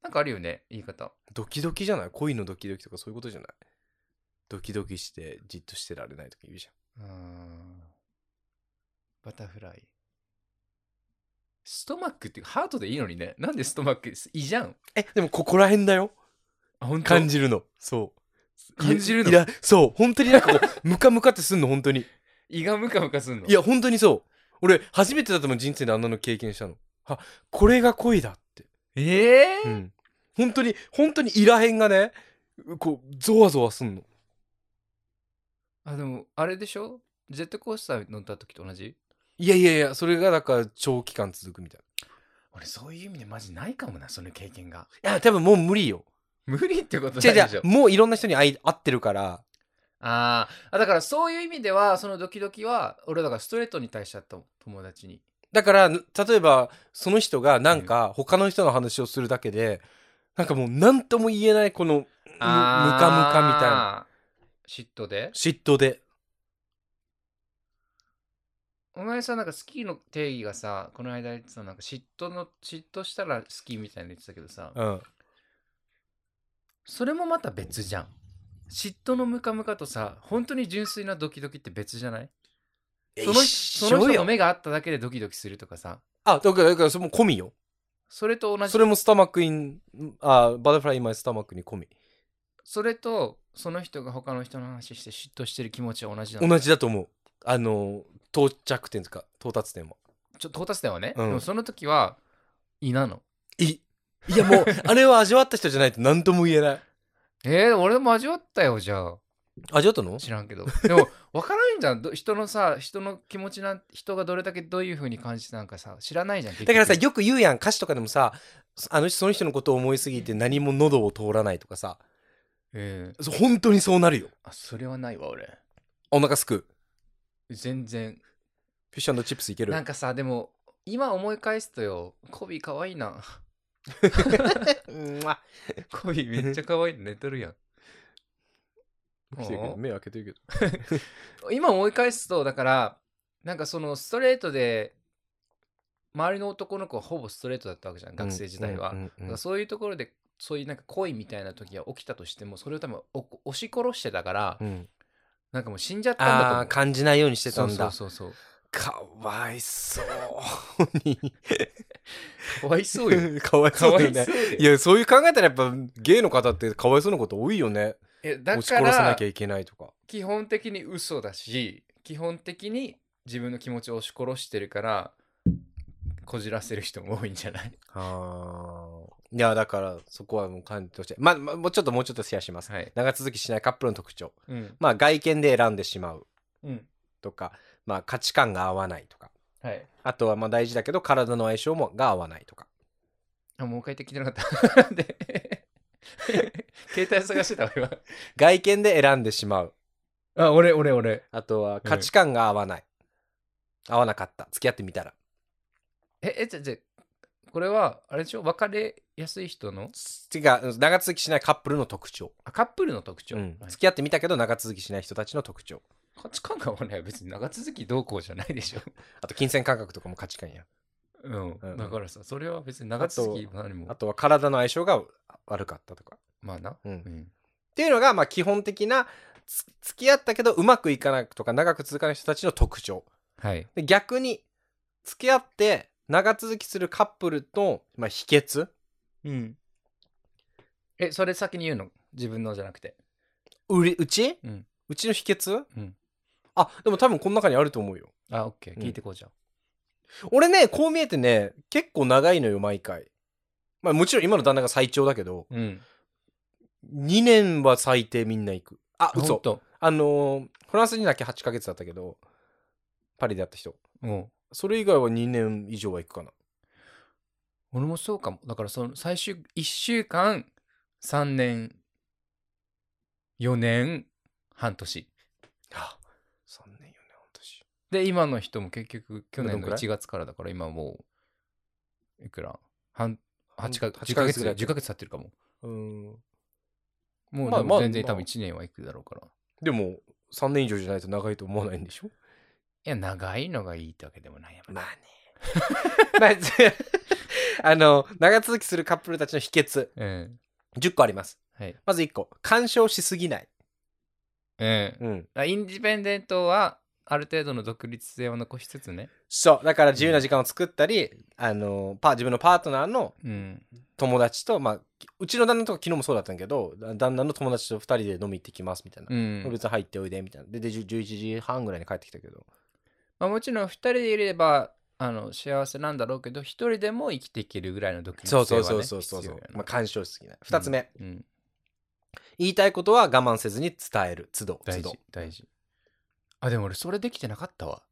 [SPEAKER 2] なんかあるよね言い方
[SPEAKER 1] ドキドキじゃない恋のドキドキとかそういうことじゃないドキドキしてじっとしてられないとか言うじゃん。
[SPEAKER 2] うーんバタフライストマックっていうかハートでいいのにねなんでストマックいいじゃん
[SPEAKER 1] え、でもここら辺だよ。
[SPEAKER 2] あ本当
[SPEAKER 1] <laughs> 感じるの。そう。
[SPEAKER 2] 感じるの
[SPEAKER 1] いや、そう。本当になんかこ <laughs> う、ムカムカってすんの、本当に。
[SPEAKER 2] 胃がムカムカすんの
[SPEAKER 1] いや、本当にそう。俺、初めてだと思う、人生であんなの経験したの。あ、これが恋だって。
[SPEAKER 2] ええ
[SPEAKER 1] うん。本当に、本当にイラへんがね、こう、ゾワゾワすんの。
[SPEAKER 2] あでもあれでしょジェットコースター乗った時と同じ
[SPEAKER 1] いやいやいや、それがだから長期間続くみたい
[SPEAKER 2] 俺そういう意味でマジないかもなその経験が
[SPEAKER 1] な。いや、多分もう無理よ。
[SPEAKER 2] 無理ってこと
[SPEAKER 1] 違
[SPEAKER 2] な
[SPEAKER 1] う
[SPEAKER 2] いでし
[SPEAKER 1] 違
[SPEAKER 2] ょ
[SPEAKER 1] う、もういろんな人に会い会ってるから。
[SPEAKER 2] あーあだからそういう意味ではそのドキドキは俺だからストレートに対してだったもん友達に
[SPEAKER 1] だから、例えば、その人がなんか、他の人の話をするだけで、なんかもう何とも言えない、この、むムカムカみたいな。
[SPEAKER 2] な嫉妬で
[SPEAKER 1] 嫉妬で。
[SPEAKER 2] お前さなんか好きの定義がさこの間言ってたなんか嫉妬の嫉妬したら好きみたいなの言ってたけどさ
[SPEAKER 1] うん。
[SPEAKER 2] それもまた別じゃん嫉妬のムカムカとさ本当に純粋なドキドキって別じゃないそのその人の。目があっただけでドキドキするとかさ
[SPEAKER 1] あ、だから、だから、それも込みよ。
[SPEAKER 2] それと同じ
[SPEAKER 1] それもスタマックイン、あ、バタフライマイスタマックに込み。
[SPEAKER 2] それとその人が他の人の話して嫉妬してる気持ちは同じなの
[SPEAKER 1] 同じだと思う。あの、到着点とか、到達点は。
[SPEAKER 2] ちょ到達点はね、
[SPEAKER 1] うん
[SPEAKER 2] でもその時は胃なの
[SPEAKER 1] <laughs> い、いやもう、あれを味わった人じゃないと何とも言えない。
[SPEAKER 2] えー、俺も味わったよ、じゃあ。
[SPEAKER 1] 味わったの
[SPEAKER 2] 知らんけど。でも、わからないんじゃん。ど人のさ、人の気持ちなん、人がどれだけどういう風に感じてなんかさ、知らないじゃん。だ
[SPEAKER 1] だからさよく言うやん歌詞とかでもさあの人その人のことを思いすぎて何も喉を通らないとかさ
[SPEAKER 2] えー、
[SPEAKER 1] そ本当にそうなるよ
[SPEAKER 2] あ、それはないわ、俺。
[SPEAKER 1] お腹すく
[SPEAKER 2] 全然。
[SPEAKER 1] フィッシュチップスいける <laughs>
[SPEAKER 2] なんかさ、でも、今思い返すとよ、コビ可愛
[SPEAKER 1] <laughs>
[SPEAKER 2] いな。
[SPEAKER 1] うんま
[SPEAKER 2] コビめっちゃ可愛いの寝てるやん。
[SPEAKER 1] 起きてるけど目開けてるけど
[SPEAKER 2] 今思い返すとだからなんかそのストレートで周りの男の子はほぼストレートだったわけじゃん学生時代は、
[SPEAKER 1] うんうんう
[SPEAKER 2] だ
[SPEAKER 1] ん
[SPEAKER 2] からそういうところでそういうなんか恋みたいな時が起きたとしてもそれを多分お押し殺してたから、
[SPEAKER 1] うん
[SPEAKER 2] なんかもう死んじゃったんだと
[SPEAKER 1] あ
[SPEAKER 2] 思
[SPEAKER 1] あ
[SPEAKER 2] う
[SPEAKER 1] 感じないようにしてたんだ
[SPEAKER 2] そうそうそう
[SPEAKER 1] かわいそうに
[SPEAKER 2] そうかわいそうよ
[SPEAKER 1] かわい <laughs>
[SPEAKER 2] か
[SPEAKER 1] そう
[SPEAKER 2] わ
[SPEAKER 1] だよ
[SPEAKER 2] いそう
[SPEAKER 1] ね
[SPEAKER 2] よ
[SPEAKER 1] いやそういう考えたらやっぱゲイの方ってかわいそうなこと多いよね
[SPEAKER 2] えだ
[SPEAKER 1] 押し
[SPEAKER 2] か
[SPEAKER 1] 殺さな
[SPEAKER 2] ら
[SPEAKER 1] きゃいけないとか
[SPEAKER 2] 基本的に嘘だし基本的に自分の気持ちを押し殺してるからこじらせる人も多いんじゃ
[SPEAKER 1] <laughs>
[SPEAKER 2] ない
[SPEAKER 1] あーいやだからそこはもう感じてほしいまあまあもうちょっともうちょっとシェアします
[SPEAKER 2] はい、
[SPEAKER 1] 長続きしないカップルの特徴
[SPEAKER 2] うん
[SPEAKER 1] まあ外見で選んでしまう
[SPEAKER 2] うん
[SPEAKER 1] とか、まあ、価値観が合わないとか
[SPEAKER 2] はい、
[SPEAKER 1] あとはまあ大事だけど体の相性もが合わないとか
[SPEAKER 2] あ、もう一回言って聞いてなかっ
[SPEAKER 1] <laughs>
[SPEAKER 2] た。 <laughs> で、携帯探してた俺は。
[SPEAKER 1] 外見で選んでしまう
[SPEAKER 2] あ、俺、俺、俺。
[SPEAKER 1] あとは価値観が合わない、合わなかった付き合ってみたら
[SPEAKER 2] え、え、じゃ、じゃ、これは、あれでしょ別れやすい人の
[SPEAKER 1] てか長続きしないカップルの特徴、
[SPEAKER 2] あカップルの特徴、
[SPEAKER 1] うん
[SPEAKER 2] はい
[SPEAKER 1] 付き合ってみたけど長続きしない人たちの特徴
[SPEAKER 2] 価値観が合わない。別に長続きどうこうじゃないでしょ。
[SPEAKER 1] あと金銭感覚とかも価値観や
[SPEAKER 2] うん。
[SPEAKER 1] うん
[SPEAKER 2] だからさ、それは別に長続きも何も。
[SPEAKER 1] あとは体の相性が悪かったとか、
[SPEAKER 2] まあな。
[SPEAKER 1] うんっ
[SPEAKER 2] うん。
[SPEAKER 1] ていうのがまあ基本的なつ付き合ったけどうまくいかないとか長く続かない人たちの特徴
[SPEAKER 2] はい。
[SPEAKER 1] で逆に付き合って長続きするカップルと、まあ、秘訣
[SPEAKER 2] うん。え、それ先に言うの自分のじゃなくて。
[SPEAKER 1] うりうち、
[SPEAKER 2] うん
[SPEAKER 1] ちの秘訣、
[SPEAKER 2] うん
[SPEAKER 1] あでも多分この中にあると思うよ
[SPEAKER 2] あ、オッケー。
[SPEAKER 1] うん
[SPEAKER 2] 聞いてこうじゃん。
[SPEAKER 1] 俺ねこう見えてね結構長いのよ毎回まあもちろん今の旦那が最長だけど
[SPEAKER 2] うん。
[SPEAKER 1] 2年は最低みんな行くあ
[SPEAKER 2] ほん
[SPEAKER 1] 嘘
[SPEAKER 2] と。
[SPEAKER 1] あのーフランスにだけ8ヶ月だったけどパリで会った人
[SPEAKER 2] うん。
[SPEAKER 1] それ以外は2年以上は行くかな
[SPEAKER 2] 俺もそうかも。だからその最終1週間、3年、4年、半年。
[SPEAKER 1] あ3年4年半年
[SPEAKER 2] で、今の人も結局去年
[SPEAKER 1] どん
[SPEAKER 2] の
[SPEAKER 1] くらい
[SPEAKER 2] 1月からだから今もう、いくら半 ?8
[SPEAKER 1] 半
[SPEAKER 2] か
[SPEAKER 1] 八
[SPEAKER 2] 10
[SPEAKER 1] ヶ月
[SPEAKER 2] ヶ月
[SPEAKER 1] ぐらい
[SPEAKER 2] 10ヶ月経ってるかも。
[SPEAKER 1] うん
[SPEAKER 2] もう
[SPEAKER 1] まあ
[SPEAKER 2] で
[SPEAKER 1] ま
[SPEAKER 2] も
[SPEAKER 1] あ
[SPEAKER 2] 全然
[SPEAKER 1] まあ
[SPEAKER 2] 多分1年はいくだろうから。
[SPEAKER 1] でも3年以上じゃないと長いと思わないんでしょ
[SPEAKER 2] いや、長いのがいいってわけでもないやん。
[SPEAKER 1] まあね。 <laughs> まあ、つ <laughs> あの、長続きするカップルたちの秘訣、
[SPEAKER 2] うん。
[SPEAKER 1] 10個あります。
[SPEAKER 2] はい。
[SPEAKER 1] まず1個、干渉しすぎない。
[SPEAKER 2] うん。
[SPEAKER 1] うん。
[SPEAKER 2] あインディペンデントは、ある程度の独立性を残しつつね。
[SPEAKER 1] そう。だから自由な時間を作ったり、あの、パ自分のパートナーの
[SPEAKER 2] うん。
[SPEAKER 1] 友達と、まあ、うちの旦那とか昨日もそうだったんだけど、旦那の友達と2人で飲み行ってきますみたいな。
[SPEAKER 2] うん。
[SPEAKER 1] 別に入っておいでみたいな。で、でじゅ11時半ぐらいに帰ってきたけど。
[SPEAKER 2] まあ、もちろん2人でいればあの幸せなんだろうけど1人でも生きていけるぐらいの時立性
[SPEAKER 1] そう
[SPEAKER 2] は、ね、
[SPEAKER 1] そうそうそうそう。
[SPEAKER 2] 必要やな
[SPEAKER 1] まあ、干渉しすぎない。2つ目、
[SPEAKER 2] うんうん
[SPEAKER 1] 言いたいことは我慢せずに伝える。都度、都
[SPEAKER 2] 大
[SPEAKER 1] 度
[SPEAKER 2] 事。大事あでも俺それできてなかったわ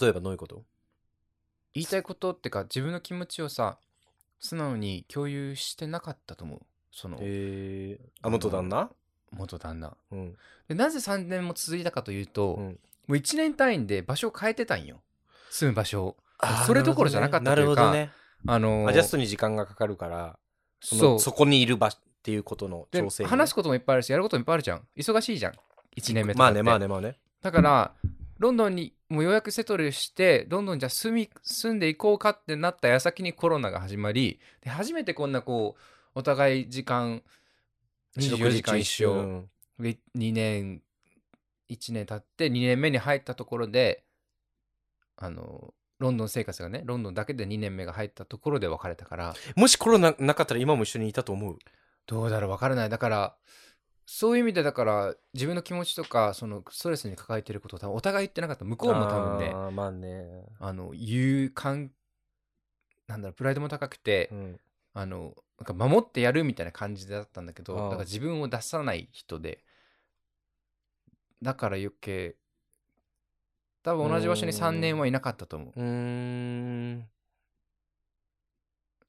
[SPEAKER 1] 例えばどういうこと
[SPEAKER 2] 言いたいことってか自分の気持ちをさ素直に共有してなかったと思うその
[SPEAKER 1] えー、あ、元旦那
[SPEAKER 2] 元旦那
[SPEAKER 1] うん。
[SPEAKER 2] でなぜ3年も続いたかというと、
[SPEAKER 1] うん
[SPEAKER 2] もう1年単位で場所を変えてたんよ住む場所をそれどころじゃなかったとい
[SPEAKER 1] なるほ
[SPEAKER 2] うか
[SPEAKER 1] どね。
[SPEAKER 2] あのー
[SPEAKER 1] アジャストに時間がかかるから、その
[SPEAKER 2] そう
[SPEAKER 1] そこにいる場所っていうことの
[SPEAKER 2] で
[SPEAKER 1] 調整にね、
[SPEAKER 2] 話すこともいっぱいあるしやることもいっぱいあるじゃん忙しいじゃん1年目とか
[SPEAKER 1] まあ
[SPEAKER 2] って
[SPEAKER 1] ね、まあね、まあね。
[SPEAKER 2] だからロンドンにもうようやくセトルしてロンドンにじゃあ住み住んでいこうかってなった矢先にコロナが始まりで初めてこんなこうお互い時間24時間一
[SPEAKER 1] う
[SPEAKER 2] 緒
[SPEAKER 1] ん
[SPEAKER 2] で2年1年経って2年目に入ったところであのロンドン生活がねロンドンだけで2年目が入ったところで別れたから
[SPEAKER 1] もしコロナなかったら今も一緒にいたと思う。
[SPEAKER 2] どうだろう分からないだからそういう意味でだから自分の気持ちとかそのストレスに抱えてることを多分お互い言ってなかった向こうも多分ね
[SPEAKER 1] あーまあね。
[SPEAKER 2] あの言う感なんだろうプライドも高くて、
[SPEAKER 1] うん
[SPEAKER 2] あのなんか守ってやるみたいな感じだったんだけど
[SPEAKER 1] ああ
[SPEAKER 2] だから自分を出さない人でだから余計多分同じ場所に3年はいなかったと思う
[SPEAKER 1] うーん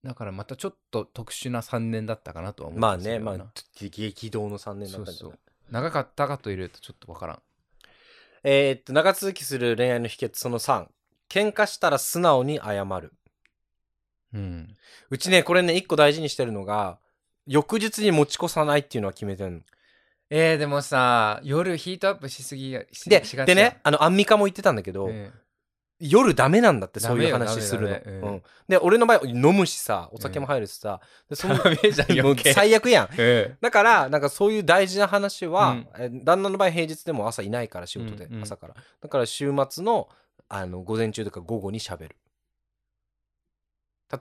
[SPEAKER 2] だからまたちょっと特殊な3年だったかなとは思う
[SPEAKER 1] まあねま
[SPEAKER 2] あ
[SPEAKER 1] あ激激動の3年だ
[SPEAKER 2] そ
[SPEAKER 1] っ
[SPEAKER 2] う
[SPEAKER 1] たんじゃ
[SPEAKER 2] そ
[SPEAKER 1] ないう
[SPEAKER 2] 長かったかと言えるとちょっとわからん
[SPEAKER 1] えーっと長続きする恋愛の秘訣その3喧嘩したら素直に謝る
[SPEAKER 2] うん
[SPEAKER 1] うちねこれね一個大事にしてるのが翌日に持ち越さないっていうのは決めてんの
[SPEAKER 2] えー、でもさ夜ヒートアップしすぎやし
[SPEAKER 1] で
[SPEAKER 2] しがち
[SPEAKER 1] で
[SPEAKER 2] や
[SPEAKER 1] ね、あのアンミカも言ってたんだけど、 <laughs>
[SPEAKER 2] え
[SPEAKER 1] 夜ダメなんだってそういう
[SPEAKER 2] ダメよ
[SPEAKER 1] 話するの、
[SPEAKER 2] ダメダメうん
[SPEAKER 1] うん、で俺の場合飲むしさお酒も入るしさ、でそ
[SPEAKER 2] え
[SPEAKER 1] の
[SPEAKER 2] <laughs> ダメじゃん
[SPEAKER 1] も
[SPEAKER 2] 余
[SPEAKER 1] う
[SPEAKER 2] 計
[SPEAKER 1] 最悪やん
[SPEAKER 2] え
[SPEAKER 1] だからなんかそういう大事な話は、
[SPEAKER 2] うん
[SPEAKER 1] え旦那の場合平日でも朝いないから仕事で、
[SPEAKER 2] うんうん
[SPEAKER 1] 朝からだから週末のあの午前中とか午後に喋る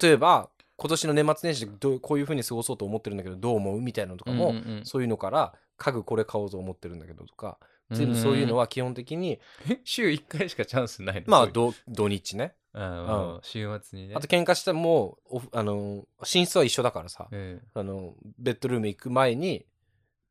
[SPEAKER 1] 例えば今年の年末年始でどうこういう風に過ごそうと思ってるんだけどどう思うみたいなのと
[SPEAKER 2] え
[SPEAKER 1] かも、
[SPEAKER 2] うんうんうん
[SPEAKER 1] そういうのから家具これ買おうと思ってるんだけどとか全部そういうのは基本的に、
[SPEAKER 2] え週1回しかチャンスないの
[SPEAKER 1] まあ
[SPEAKER 2] そういう
[SPEAKER 1] ど土日ね
[SPEAKER 2] うん
[SPEAKER 1] う
[SPEAKER 2] 週末にね
[SPEAKER 1] あと喧嘩してもおふあの寝室は一緒だからさ、
[SPEAKER 2] うん
[SPEAKER 1] あのベッドルーム行く前に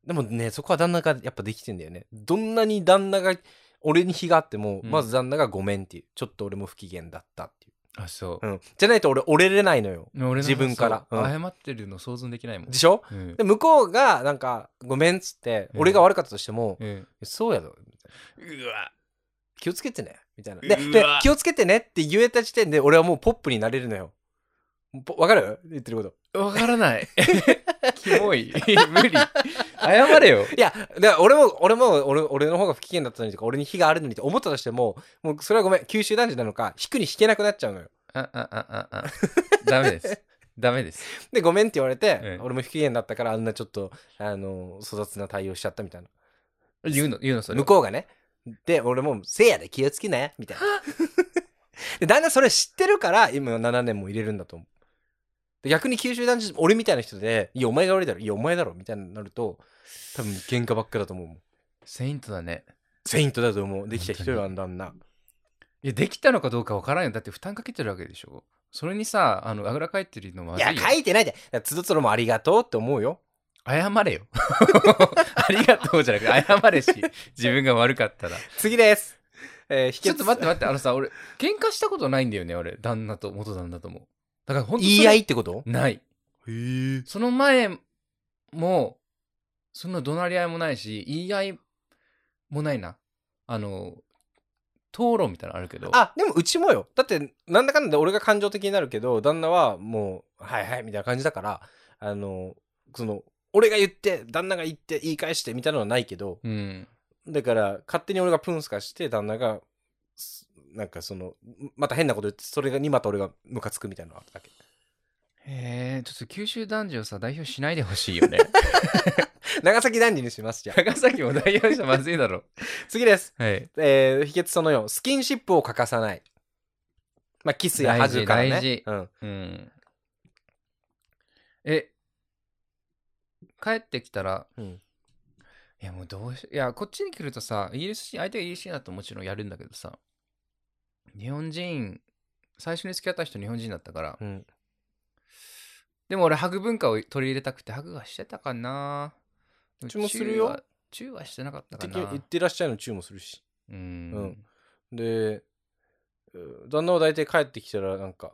[SPEAKER 1] でもねそこは旦那がやっぱできてんだよねどんなに旦那が俺に非があっても、
[SPEAKER 2] うん
[SPEAKER 1] まず旦那がごめんっていうちょっと俺も不機嫌だったってい
[SPEAKER 2] あそう
[SPEAKER 1] う、うん、じゃないと俺折れれないのよ
[SPEAKER 2] 俺の
[SPEAKER 1] 自分から
[SPEAKER 2] そう
[SPEAKER 1] う
[SPEAKER 2] 謝ってるの想像できないもん
[SPEAKER 1] でしょ
[SPEAKER 2] うん
[SPEAKER 1] で向こうがなんかごめんっつって
[SPEAKER 2] うん
[SPEAKER 1] 俺が悪かったとしても、
[SPEAKER 2] うん
[SPEAKER 1] そうやぞ
[SPEAKER 2] うわ
[SPEAKER 1] 気をつけてねみたいなで
[SPEAKER 2] う
[SPEAKER 1] で
[SPEAKER 2] わ
[SPEAKER 1] 気をつけてねって言えた時点で俺はもうポップになれるのよぽわかる言ってること
[SPEAKER 2] わから <laughs> ないキモい無理謝れよ
[SPEAKER 1] いや、だから俺も、俺も、俺、俺の方が不機嫌だったのにとか、俺に火があるのにって思ったとしても、もうそれはごめん、九州男児なのか、引くに引けなくなっちゃうのよ。
[SPEAKER 2] あああああダメですダメです
[SPEAKER 1] で、ごめんって言われて、
[SPEAKER 2] ええ
[SPEAKER 1] 俺も不機嫌だったから、あんなちょっと、あの、粗雑な対応しちゃったみたいな。
[SPEAKER 2] 言うの言うのそれ
[SPEAKER 1] 向こうがね。で、俺も、せいやで気をつけなよみ
[SPEAKER 2] <laughs>
[SPEAKER 1] たいな。で、旦那それ知ってるから、今7年も入れるんだと思う。で逆に九州男児、俺みたいな人で、いや、お前が悪いだろ、いや、お前だろ、みたいになると、多分喧嘩ばっかだと思うもん。
[SPEAKER 2] セイントだね
[SPEAKER 1] セイントだと思う。できた人よ、あの旦那。
[SPEAKER 2] いやできたのかどうかわからんよだって負担かけてるわけでしょそれにさあのあぐらかいてるのま
[SPEAKER 1] い
[SPEAKER 2] ずいよ
[SPEAKER 1] や、書いてないで。だからつどつどもありがとうって思うよ。
[SPEAKER 2] 謝れよ <laughs> ありがとうじゃなくて謝れし自分が悪かったら
[SPEAKER 1] 次です。えー、
[SPEAKER 2] <laughs> ちょっと待って待って、あのさ、俺、喧嘩したことないんだよね、俺。旦那と元旦那とも。だから本当に。
[SPEAKER 1] 言い合いってこと
[SPEAKER 2] ない。
[SPEAKER 1] へえ。
[SPEAKER 2] その前も、そんな怒鳴り合いもないし、言い合いもないな。あの、討論みたいなのあるけど。
[SPEAKER 1] あ、でもうちもよ。だって、なんだかんだで俺が感情的になるけど、旦那はもう、はいはいみたいな感じだから、あの、その、俺が言って、旦那が言って、言い返してみたいなのはないけど、
[SPEAKER 2] うん。
[SPEAKER 1] だから、勝手に俺がプンスカして、旦那が、すなんかその、また変なこと言って、それがにまた俺がムカつくみたいなのがあっただけ。 <laughs>
[SPEAKER 2] へえ、ちょっと九州男児をさ、代表しないでほしいよね。
[SPEAKER 1] 長崎男児にします、じゃあ。
[SPEAKER 2] <laughs> 長崎も代表したらまずいだろ。
[SPEAKER 1] 次です。
[SPEAKER 2] はい。
[SPEAKER 1] えー秘訣その4スキンシップを欠かさない、まあ、キスやハグからね
[SPEAKER 2] 大事
[SPEAKER 1] うん、
[SPEAKER 2] うん。え、帰ってきたら、
[SPEAKER 1] うん
[SPEAKER 2] いやもうどうしいやこっちに来るとさイギリス人相手がイギリス人だともちろんやるんだけどさ日本人最初に付き合った人日本人だったから、
[SPEAKER 1] うん
[SPEAKER 2] でも俺ハグ文化を取り入れたくてハグはしてたかなう
[SPEAKER 1] ちもするよ
[SPEAKER 2] チューはしてなかったか
[SPEAKER 1] 的
[SPEAKER 2] な
[SPEAKER 1] に言ってらっしゃいの注意もするし
[SPEAKER 2] うん、
[SPEAKER 1] うんでう旦那は大体帰ってきたらなんか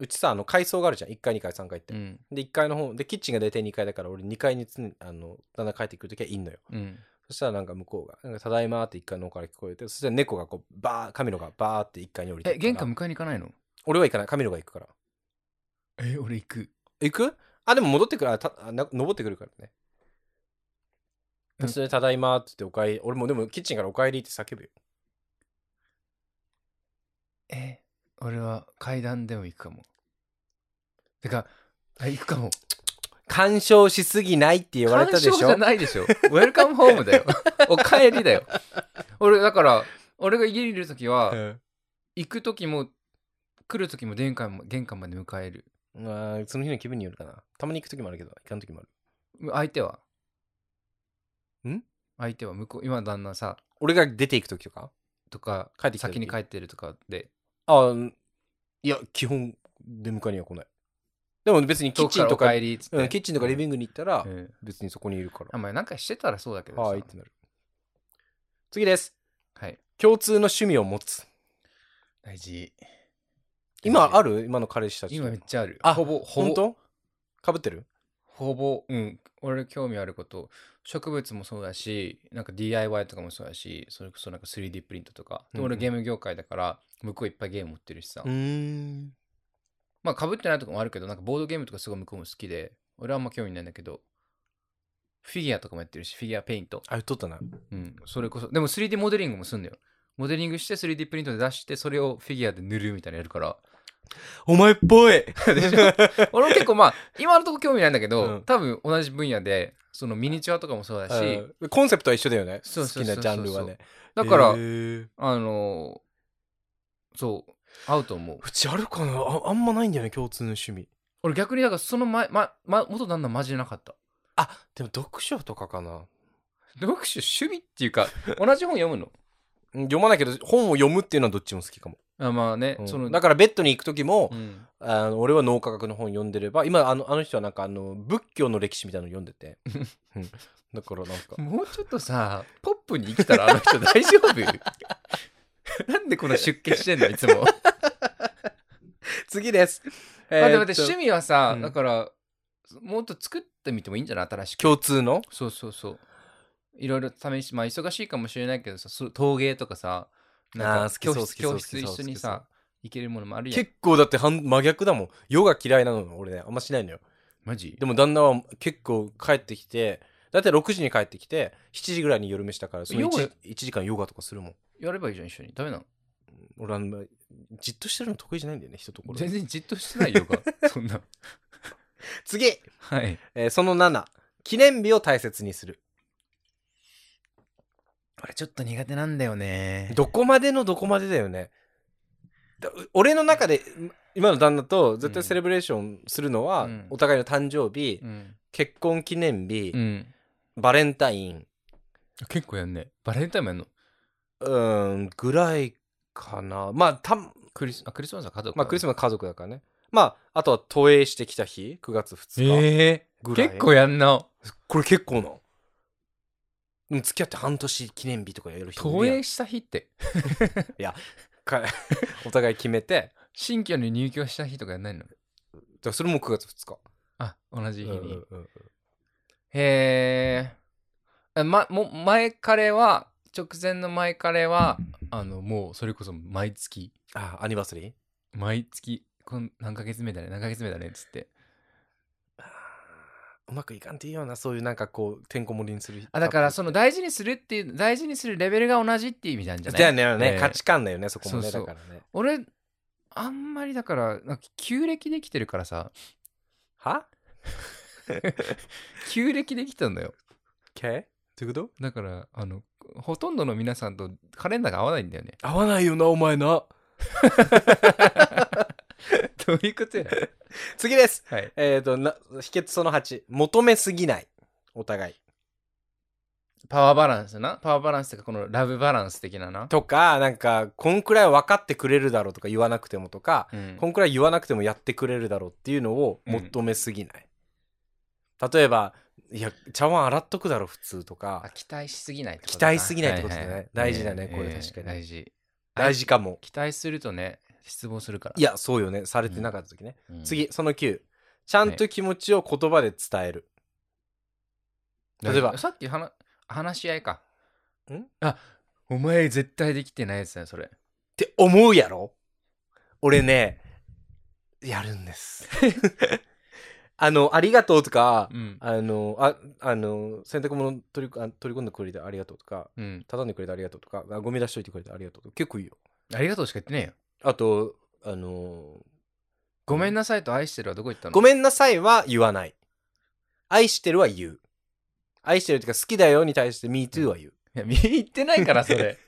[SPEAKER 1] うちさあの階層があるじゃん1階2階3階って、
[SPEAKER 2] うん
[SPEAKER 1] で1階の方でキッチンが大体2階だから俺2階に常にあの旦那帰ってくるときはいんのよ
[SPEAKER 2] うん
[SPEAKER 1] そしたらなんか向こうが「なんかただいま」って1階の方から聞こえてそしたら猫がこうバー神野がバーって1階に降りて
[SPEAKER 2] え
[SPEAKER 1] ったから
[SPEAKER 2] 玄関迎えに行かないの
[SPEAKER 1] 俺は行かない神野が行くから
[SPEAKER 2] え俺行く
[SPEAKER 1] 行くあでも戻ってくるあたあな登ってくるからね
[SPEAKER 2] うん
[SPEAKER 1] それで「ただいま」って言って「おかえり」俺もでもキッチンから「おかえり」って叫ぶよ
[SPEAKER 2] え俺は階段でも行くかもてかあ行くかも
[SPEAKER 1] 干渉しすぎないって言われたでし
[SPEAKER 2] 干渉じゃ
[SPEAKER 1] ょ
[SPEAKER 2] ないでしょ。ウェルカムホーム
[SPEAKER 1] <laughs>
[SPEAKER 2] だよ。お帰りだよ。俺、だから、俺が家にいるときは、行くときも、来るときも玄関も玄関まで迎える。
[SPEAKER 1] まあその日の気分によるかなたまに行く時もあるけど行かん時もある
[SPEAKER 2] 相手は
[SPEAKER 1] ん
[SPEAKER 2] 相手は向こう、今旦那さ、
[SPEAKER 1] 俺が出ていく時とか
[SPEAKER 2] とか、
[SPEAKER 1] 帰ってきた時
[SPEAKER 2] 先に帰ってるとかで、
[SPEAKER 1] あいや基本出迎えには来ないでも別にキッチンと
[SPEAKER 2] 遠く
[SPEAKER 1] か
[SPEAKER 2] らお帰りっつって、
[SPEAKER 1] うん、キッチンとかリビングに行ったら、
[SPEAKER 2] うん
[SPEAKER 1] 別にそこにいるから
[SPEAKER 2] あ。まあなんかしてたらそうだけどさ
[SPEAKER 1] はいってなる。次です。
[SPEAKER 2] はい
[SPEAKER 1] 共通の趣味を持つ。
[SPEAKER 2] 大事
[SPEAKER 1] 今ある今の彼氏たち。
[SPEAKER 2] 今めっちゃある
[SPEAKER 1] あ
[SPEAKER 2] ほぼほ
[SPEAKER 1] 本
[SPEAKER 2] ぼ
[SPEAKER 1] 当かぶってる
[SPEAKER 2] ほぼうん俺興味あること植物もそうだしなんか DIY とかもそうだしそれこそなんか 3D プリントとかで
[SPEAKER 1] うんうん
[SPEAKER 2] 俺ゲーム業界だから向こういっぱいゲーム持ってるしさ、
[SPEAKER 1] ん。
[SPEAKER 2] まあかぶってないとかもあるけどなんかボードゲームとかすごい向こうも好きで俺はあんま興味ないんだけどフィギュアとかもやってるしフィギュアペイント
[SPEAKER 1] あ、言っとったな。
[SPEAKER 2] うん、それこそ。でも 3D モデリングもすんだよ。モデリングして 3D プリントで出して、それをフィギュアで塗るみたいなのやる <laughs> から。
[SPEAKER 1] お前っぽ <laughs> い
[SPEAKER 2] でしょ俺も結構まあ、今のとこ興味ないんだけど、
[SPEAKER 1] うん
[SPEAKER 2] 多分同じ分野で、そのミニチュアとかもそうだし、
[SPEAKER 1] うんコンセプトは一緒だよね。
[SPEAKER 2] そう
[SPEAKER 1] 好
[SPEAKER 2] そう
[SPEAKER 1] き
[SPEAKER 2] そ
[SPEAKER 1] な
[SPEAKER 2] うそう
[SPEAKER 1] ジャンルはね。
[SPEAKER 2] だから、
[SPEAKER 1] へー
[SPEAKER 2] あのーそう、合うと思う。
[SPEAKER 1] うちあるかなああんまないんだよね、共通の趣味。
[SPEAKER 2] 俺逆にだからその前、ま、ま、元旦那マジでなかった。
[SPEAKER 1] あ、でも読書とかかな。
[SPEAKER 2] 読書趣味ってい
[SPEAKER 1] <laughs>
[SPEAKER 2] うか、同じ本読むの。
[SPEAKER 1] うん読まないけど、本を読むっていうのはどっちも好きかも。
[SPEAKER 2] あまあね、
[SPEAKER 1] うん
[SPEAKER 2] その、
[SPEAKER 1] だからベッドに行く時も、
[SPEAKER 2] うん、
[SPEAKER 1] あの俺は脳科学の本読んでれば今あのあの人はなんかあの仏教の歴史みたいなの読んでて、 <laughs> うんだからなんか
[SPEAKER 2] もうちょっとさ、ポップに生きたらあの人 <laughs> 大丈夫 <laughs> なんでこの出家してんのい
[SPEAKER 1] <laughs>
[SPEAKER 2] つも。
[SPEAKER 1] <laughs> 次です、
[SPEAKER 2] まあでも
[SPEAKER 1] えーっ
[SPEAKER 2] 待
[SPEAKER 1] と
[SPEAKER 2] って趣味はさ、
[SPEAKER 1] うん
[SPEAKER 2] だから、もっと作ってみてもいいんじゃない新しく。
[SPEAKER 1] 共通の
[SPEAKER 2] そうそうそう。いろいろ試し、まあ忙しいかもしれないけどさ、そう陶芸とかさ、
[SPEAKER 1] あ
[SPEAKER 2] な
[SPEAKER 1] ー
[SPEAKER 2] んか
[SPEAKER 1] 好きそう
[SPEAKER 2] 教
[SPEAKER 1] 好
[SPEAKER 2] 室
[SPEAKER 1] きそう
[SPEAKER 2] 教
[SPEAKER 1] 好きそう
[SPEAKER 2] 室一緒に
[SPEAKER 1] 好き
[SPEAKER 2] さ、行けるものもあるやん。
[SPEAKER 1] 結構だって反真逆だもんヨガ嫌いなの俺ねあんましないのよ
[SPEAKER 2] マジ
[SPEAKER 1] でも旦那は結構帰ってきてだいたい6時に帰ってきて7時ぐらいに夜飯だからその 1,
[SPEAKER 2] ヨガ
[SPEAKER 1] 時間ヨガとかするもん
[SPEAKER 2] やればいいじゃん、一緒に。ダメなの
[SPEAKER 1] 俺あんまじっとしてるの得意じゃないんだよね一ところ
[SPEAKER 2] 全然じっとしてないよ <laughs> が、そんな。
[SPEAKER 1] 次、
[SPEAKER 2] はい。
[SPEAKER 1] えーその7記念日を大切にする
[SPEAKER 2] 俺ちょっと苦手なんだよね。
[SPEAKER 1] どこまでのどこまでだよね。だ俺の中でん今の旦那と絶対セレブレーションするのは、
[SPEAKER 2] うん
[SPEAKER 1] お互いの誕生日、
[SPEAKER 2] うん。
[SPEAKER 1] 結婚記念日、
[SPEAKER 2] うん。
[SPEAKER 1] バレンタイン
[SPEAKER 2] 結構やんね。バレンタインもやんの
[SPEAKER 1] うーんぐらいかなまあた、ま
[SPEAKER 2] クリスあクリスマスは家族
[SPEAKER 1] あ、クリス
[SPEAKER 2] マ
[SPEAKER 1] マス家族だからねまああとは投影してきた日9月2日
[SPEAKER 2] え
[SPEAKER 1] ぐらい、
[SPEAKER 2] 結構やんな。
[SPEAKER 1] これ結構なうん付き合って半年記念日とかやる人
[SPEAKER 2] 投
[SPEAKER 1] いるやん
[SPEAKER 2] 影した日って、
[SPEAKER 1] か <laughs> お互い決めて
[SPEAKER 2] 新居に入居した日とかやんないの
[SPEAKER 1] だからそれも9月2日
[SPEAKER 2] あ、同じ日に。
[SPEAKER 1] うんうんうん
[SPEAKER 2] へえ。ま、も、前彼は、直前の前彼は、あの、もう、それこそ毎月、
[SPEAKER 1] あアニバーサリー
[SPEAKER 2] 毎月、こん何ヶ月目だね、何ヶ月目だね、つって。
[SPEAKER 1] うまくいかんっていうようなそういうなんかこうてんこ盛りにする
[SPEAKER 2] あ、だから、その大事にするっていう、大事にするレベルが同じっていう意味なんじゃない
[SPEAKER 1] だよねだよね
[SPEAKER 2] ええ
[SPEAKER 1] 価値観だよねそこもね
[SPEAKER 2] そうそう
[SPEAKER 1] だからね
[SPEAKER 2] 俺、あんまりだから、なんか旧暦できてるからさ、 <laughs>
[SPEAKER 1] は
[SPEAKER 2] 旧暦できたんだよ。
[SPEAKER 1] ?K? ってこと
[SPEAKER 2] だから、あの、ほとんどの皆さんとカレンダーが合わないんだよね。 <laughs>
[SPEAKER 1] 合わないよなお前な
[SPEAKER 2] どういうことや。
[SPEAKER 1] 次です
[SPEAKER 2] はい。
[SPEAKER 1] えっ、とな秘訣その8求めすぎないお互い
[SPEAKER 2] パワーバランスな。パワーバランスとか、このラブバランス的なな。
[SPEAKER 1] とかなんかこんくらい分かってくれるだろうとか言わなくてもとか、
[SPEAKER 2] うん
[SPEAKER 1] こんくらい言わなくてもやってくれるだろうっていうのを求めすぎない、例えばいや茶碗洗っとくだろ普通と
[SPEAKER 2] あ
[SPEAKER 1] か
[SPEAKER 2] 期待しすぎないってこと
[SPEAKER 1] 期待しすぎないってことだね大事だねこれ確かに
[SPEAKER 2] 大事。
[SPEAKER 1] 大事かも
[SPEAKER 2] 期待するとね、失望するから。
[SPEAKER 1] いやそうよねされてなかった時ね、
[SPEAKER 2] うん、
[SPEAKER 1] 次その9ちゃんと気持ちを言葉で伝える、
[SPEAKER 2] 大事
[SPEAKER 1] 例えば
[SPEAKER 2] さっき話、話し合いか。
[SPEAKER 1] ん
[SPEAKER 2] あ、お前絶対できてないやつだよ、それ。
[SPEAKER 1] って思うやろ俺ねやるんです
[SPEAKER 2] <laughs>
[SPEAKER 1] あの「ありがとう」とか
[SPEAKER 2] うん
[SPEAKER 1] 「あのああの洗濯物取りあ取り込んでくれてありがとう」とか
[SPEAKER 2] うん。
[SPEAKER 1] 「畳んでくれてありがとう」とかあ「ゴミ出しといてくれてありがとう」とか結構いいよ
[SPEAKER 2] ありがとうしか言ってねえよ。
[SPEAKER 1] あとあの
[SPEAKER 2] ごめんなさいと愛してるはどこ行った
[SPEAKER 1] 「
[SPEAKER 2] の
[SPEAKER 1] ごめんなさい」は言わない「愛してる」は言う愛してるっていうか好きだよに対して「MeToo」は言う
[SPEAKER 2] いや、見に行ってないから、それ。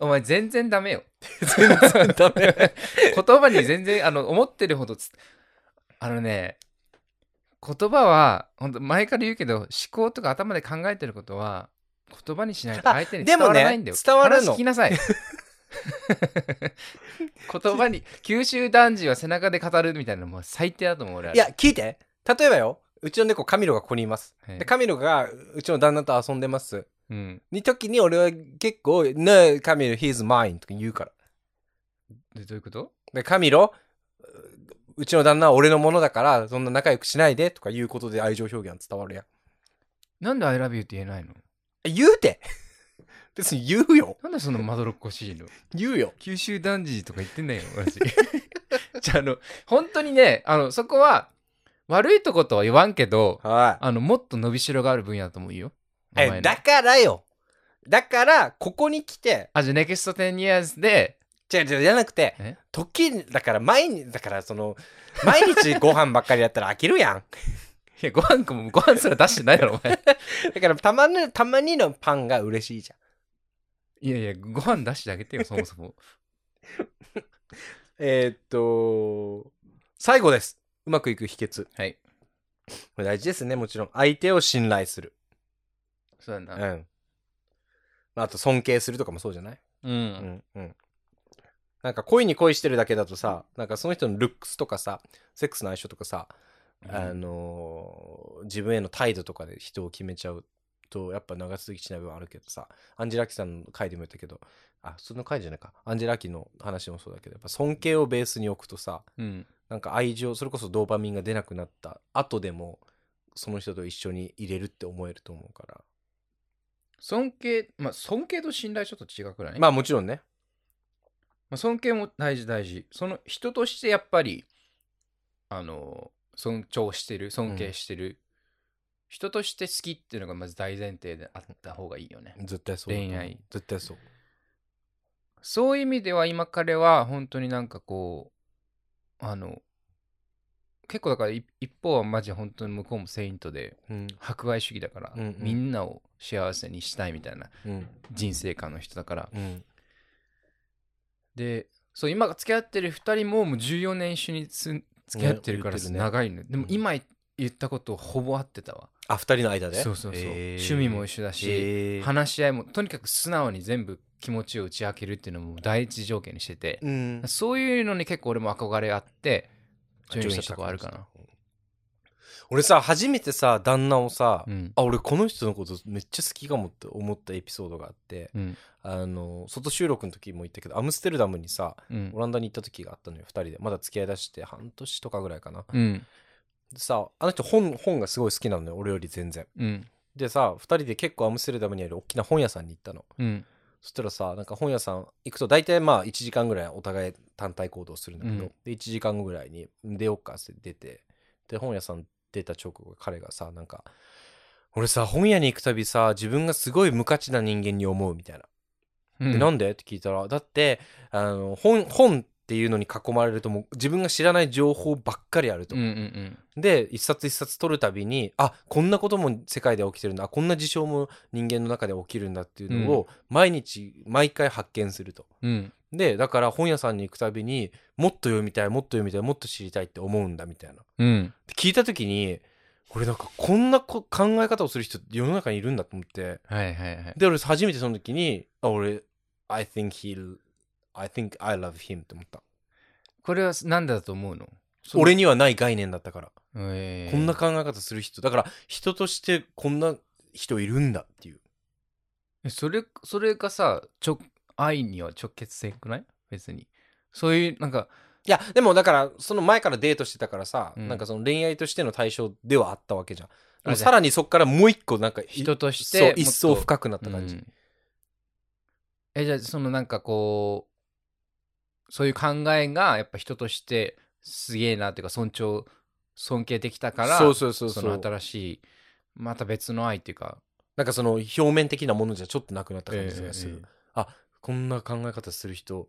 [SPEAKER 2] お前、全然ダメよ。
[SPEAKER 1] 全然ダ <laughs> メ
[SPEAKER 2] <laughs> 言葉に全然、あの、思ってるほどつ、あのね、言葉は、本当前から言うけど、思考とか頭で考えてることは、言葉にしないと相手に伝わらないんだよ。
[SPEAKER 1] あでもね伝わるの
[SPEAKER 2] 話聞きなさい。言葉に九州男児は背中で語るみたいなのもう最低だと思う俺あれ
[SPEAKER 1] いや、聞いて。例えばよ、うちの猫カミロがここにいます。
[SPEAKER 2] はい
[SPEAKER 1] で、カミロがうちの旦那と遊んでます。
[SPEAKER 2] うん
[SPEAKER 1] に時に俺は結構、ねえ、カミロ、he's mine とか言うから。
[SPEAKER 2] でどういうこと
[SPEAKER 1] で、カミロ、うちの旦那は俺のものだから、そんな仲良くしないでとかいうことで愛情表現は伝わるやん。
[SPEAKER 2] なんで「I love you」って言えないの
[SPEAKER 1] 言うて <laughs> 別に言うよ。
[SPEAKER 2] なんでそのまどろっこしいの
[SPEAKER 1] 言うよ。
[SPEAKER 2] 九州男児とか言ってんだよ私 <laughs> じゃああの本当にねあのそこは悪いとことは言わんけど
[SPEAKER 1] は
[SPEAKER 2] あのもっと伸びしろがある分野だと思うよ
[SPEAKER 1] い。
[SPEAKER 2] お前
[SPEAKER 1] え、
[SPEAKER 2] の
[SPEAKER 1] だからよ。だから、ここに来て、
[SPEAKER 2] あじゃあ NEXT 10 years で
[SPEAKER 1] 違う違う、じゃなくて
[SPEAKER 2] え、
[SPEAKER 1] 時に、だから、毎日、だから、そ <laughs> の、毎日ご飯ばっかりやったら飽きるやん。
[SPEAKER 2] いやご飯くんもご飯すら出してないだろお
[SPEAKER 1] <laughs>
[SPEAKER 2] 前
[SPEAKER 1] だから、たまに、たまにのパンが嬉しいじゃん。
[SPEAKER 2] いやいやご飯出してあげてよそも
[SPEAKER 1] <laughs>
[SPEAKER 2] そも
[SPEAKER 1] えーっと、最後です。うまくいく秘訣。
[SPEAKER 2] はい
[SPEAKER 1] これ大事ですね、もちろん。相手を信頼する。
[SPEAKER 2] そう
[SPEAKER 1] う
[SPEAKER 2] だな、
[SPEAKER 1] ん。まああと、尊敬するとかもそうじゃない
[SPEAKER 2] うん
[SPEAKER 1] うんうん。なんか恋に恋してるだけだとさ、なんかその人のルックスとかさ、セックスの相性とかさ、
[SPEAKER 2] うん
[SPEAKER 1] あのー自分への態度とかで人を決めちゃうと、やっぱ長続きしない部分あるけどさ、アンジェラアキさんの回でも言ったけど、あ、その回じゃないか。アンジェラアキの話もそうだけど、やっぱ尊敬をベースに置くとさ、
[SPEAKER 2] うん
[SPEAKER 1] なんか愛情、それこそドーパミンが出なくなった後でも、その人と一緒に入れるって思えると思うか
[SPEAKER 2] 尊敬まあ尊敬と信頼ちょっと違くない
[SPEAKER 1] ら。まあもちろんね。
[SPEAKER 2] まあ、尊敬も大事大事その人としてやっぱりあの尊重してる尊敬してる、人として好きっていうのがまず大前提であった方がいいよね、
[SPEAKER 1] 絶対そうだと思う。
[SPEAKER 2] 恋愛
[SPEAKER 1] 絶対そう。
[SPEAKER 2] そういう意味では今彼は本当になんかこうあの結構だからい一方はマジ本当に向こうもセイントで
[SPEAKER 1] うん。
[SPEAKER 2] 博愛主義だから、
[SPEAKER 1] うんうん
[SPEAKER 2] みんなを幸せにしたいみたいな
[SPEAKER 1] うん。
[SPEAKER 2] 人生観の人だから
[SPEAKER 1] うん。
[SPEAKER 2] でそう今付き合ってる2人ももう14年一緒につ付き合ってるから
[SPEAKER 1] ね言ってるね
[SPEAKER 2] 長いの、でも
[SPEAKER 1] うん
[SPEAKER 2] 今言ったことほぼ合ってたわ、
[SPEAKER 1] あ、二人の間で
[SPEAKER 2] そうそうそう、
[SPEAKER 1] えー
[SPEAKER 2] 趣味も一緒だし、
[SPEAKER 1] えー
[SPEAKER 2] 話し合いもとにかく素直に全部気持ちを打ち明けるっていうのも第一条件にしてて、
[SPEAKER 1] うん。
[SPEAKER 2] そういうのに結構俺も憧れあって注意したとこあるかな。
[SPEAKER 1] 俺さ、初めてさ、旦那をさ、
[SPEAKER 2] うん
[SPEAKER 1] あ、俺この人のことめっちゃ好きかもって思ったエピソードがあって、
[SPEAKER 2] うん
[SPEAKER 1] あの、外収録の時も言ったけど、アムステルダムにさ、
[SPEAKER 2] うん
[SPEAKER 1] オランダに行った時があったのよ、二人で。まだ付き合いだして半年とかぐらいかな。
[SPEAKER 2] うん
[SPEAKER 1] でさ、あの人本、本がすごい好きなのよ、俺より全然。
[SPEAKER 2] うん
[SPEAKER 1] でさ、二人で結構アムステルダムにある大きな本屋さんに行ったの。
[SPEAKER 2] うん
[SPEAKER 1] そしたらさなんか本屋さん行くと大体まあ1時間ぐらいお互い単体行動するんだけど、
[SPEAKER 2] うん
[SPEAKER 1] で1時間後ぐらいに出よっかって出てで本屋さん出た直後彼がさなんか俺さ本屋に行くたびさ自分がすごい無価値な人間に思うみたいな
[SPEAKER 2] うん
[SPEAKER 1] でなんでって聞いたらだってあの本本っていうのに囲まれるともう自分が知らない情報ばっかりあると、
[SPEAKER 2] うんうん
[SPEAKER 1] で一冊一冊取るたびにあこんなことも世界で起きてるんだあこんな事象も人間の中で起きるんだっていうのを毎日、毎回発見すると。
[SPEAKER 2] うんうん
[SPEAKER 1] でだから本屋さんに行くたびにもっと読みたいもっと読みたいもっと知りたいって思うんだみたいな。
[SPEAKER 2] うん
[SPEAKER 1] で聞いた時に俺なんかこんなこ考え方をする人世の中にいるんだと思って
[SPEAKER 2] はいはいはい
[SPEAKER 1] で俺初めてその時にあ俺 I think he I think I love him って思った
[SPEAKER 2] これはなんでだと思うのその
[SPEAKER 1] 俺にはない概念だったから
[SPEAKER 2] えー
[SPEAKER 1] こんな考え方する人だから人としてこんな人いるんだっていう
[SPEAKER 2] えそれそれがさちょ愛には直結せんくない別にそういうなんか
[SPEAKER 1] いやでもだからその前からデートしてたからさ、
[SPEAKER 2] うん
[SPEAKER 1] なんかその恋愛としての対象ではあったわけじゃんで
[SPEAKER 2] あ
[SPEAKER 1] も
[SPEAKER 2] じゃあ
[SPEAKER 1] さらにそこからもう一個なんかい
[SPEAKER 2] 人とし
[SPEAKER 1] そう
[SPEAKER 2] て
[SPEAKER 1] 一層
[SPEAKER 2] もっと
[SPEAKER 1] 深くなった感じ、
[SPEAKER 2] うんえじゃあそのなんかこうそういう考えがやっぱ人としてすげえなっていうか尊重尊敬できたから
[SPEAKER 1] そうそうそうそう
[SPEAKER 2] の新しいまた別の愛っていうか
[SPEAKER 1] なんかその表面的なものじゃちょっとなくなった感じがする、
[SPEAKER 2] えー
[SPEAKER 1] こんな考え方する人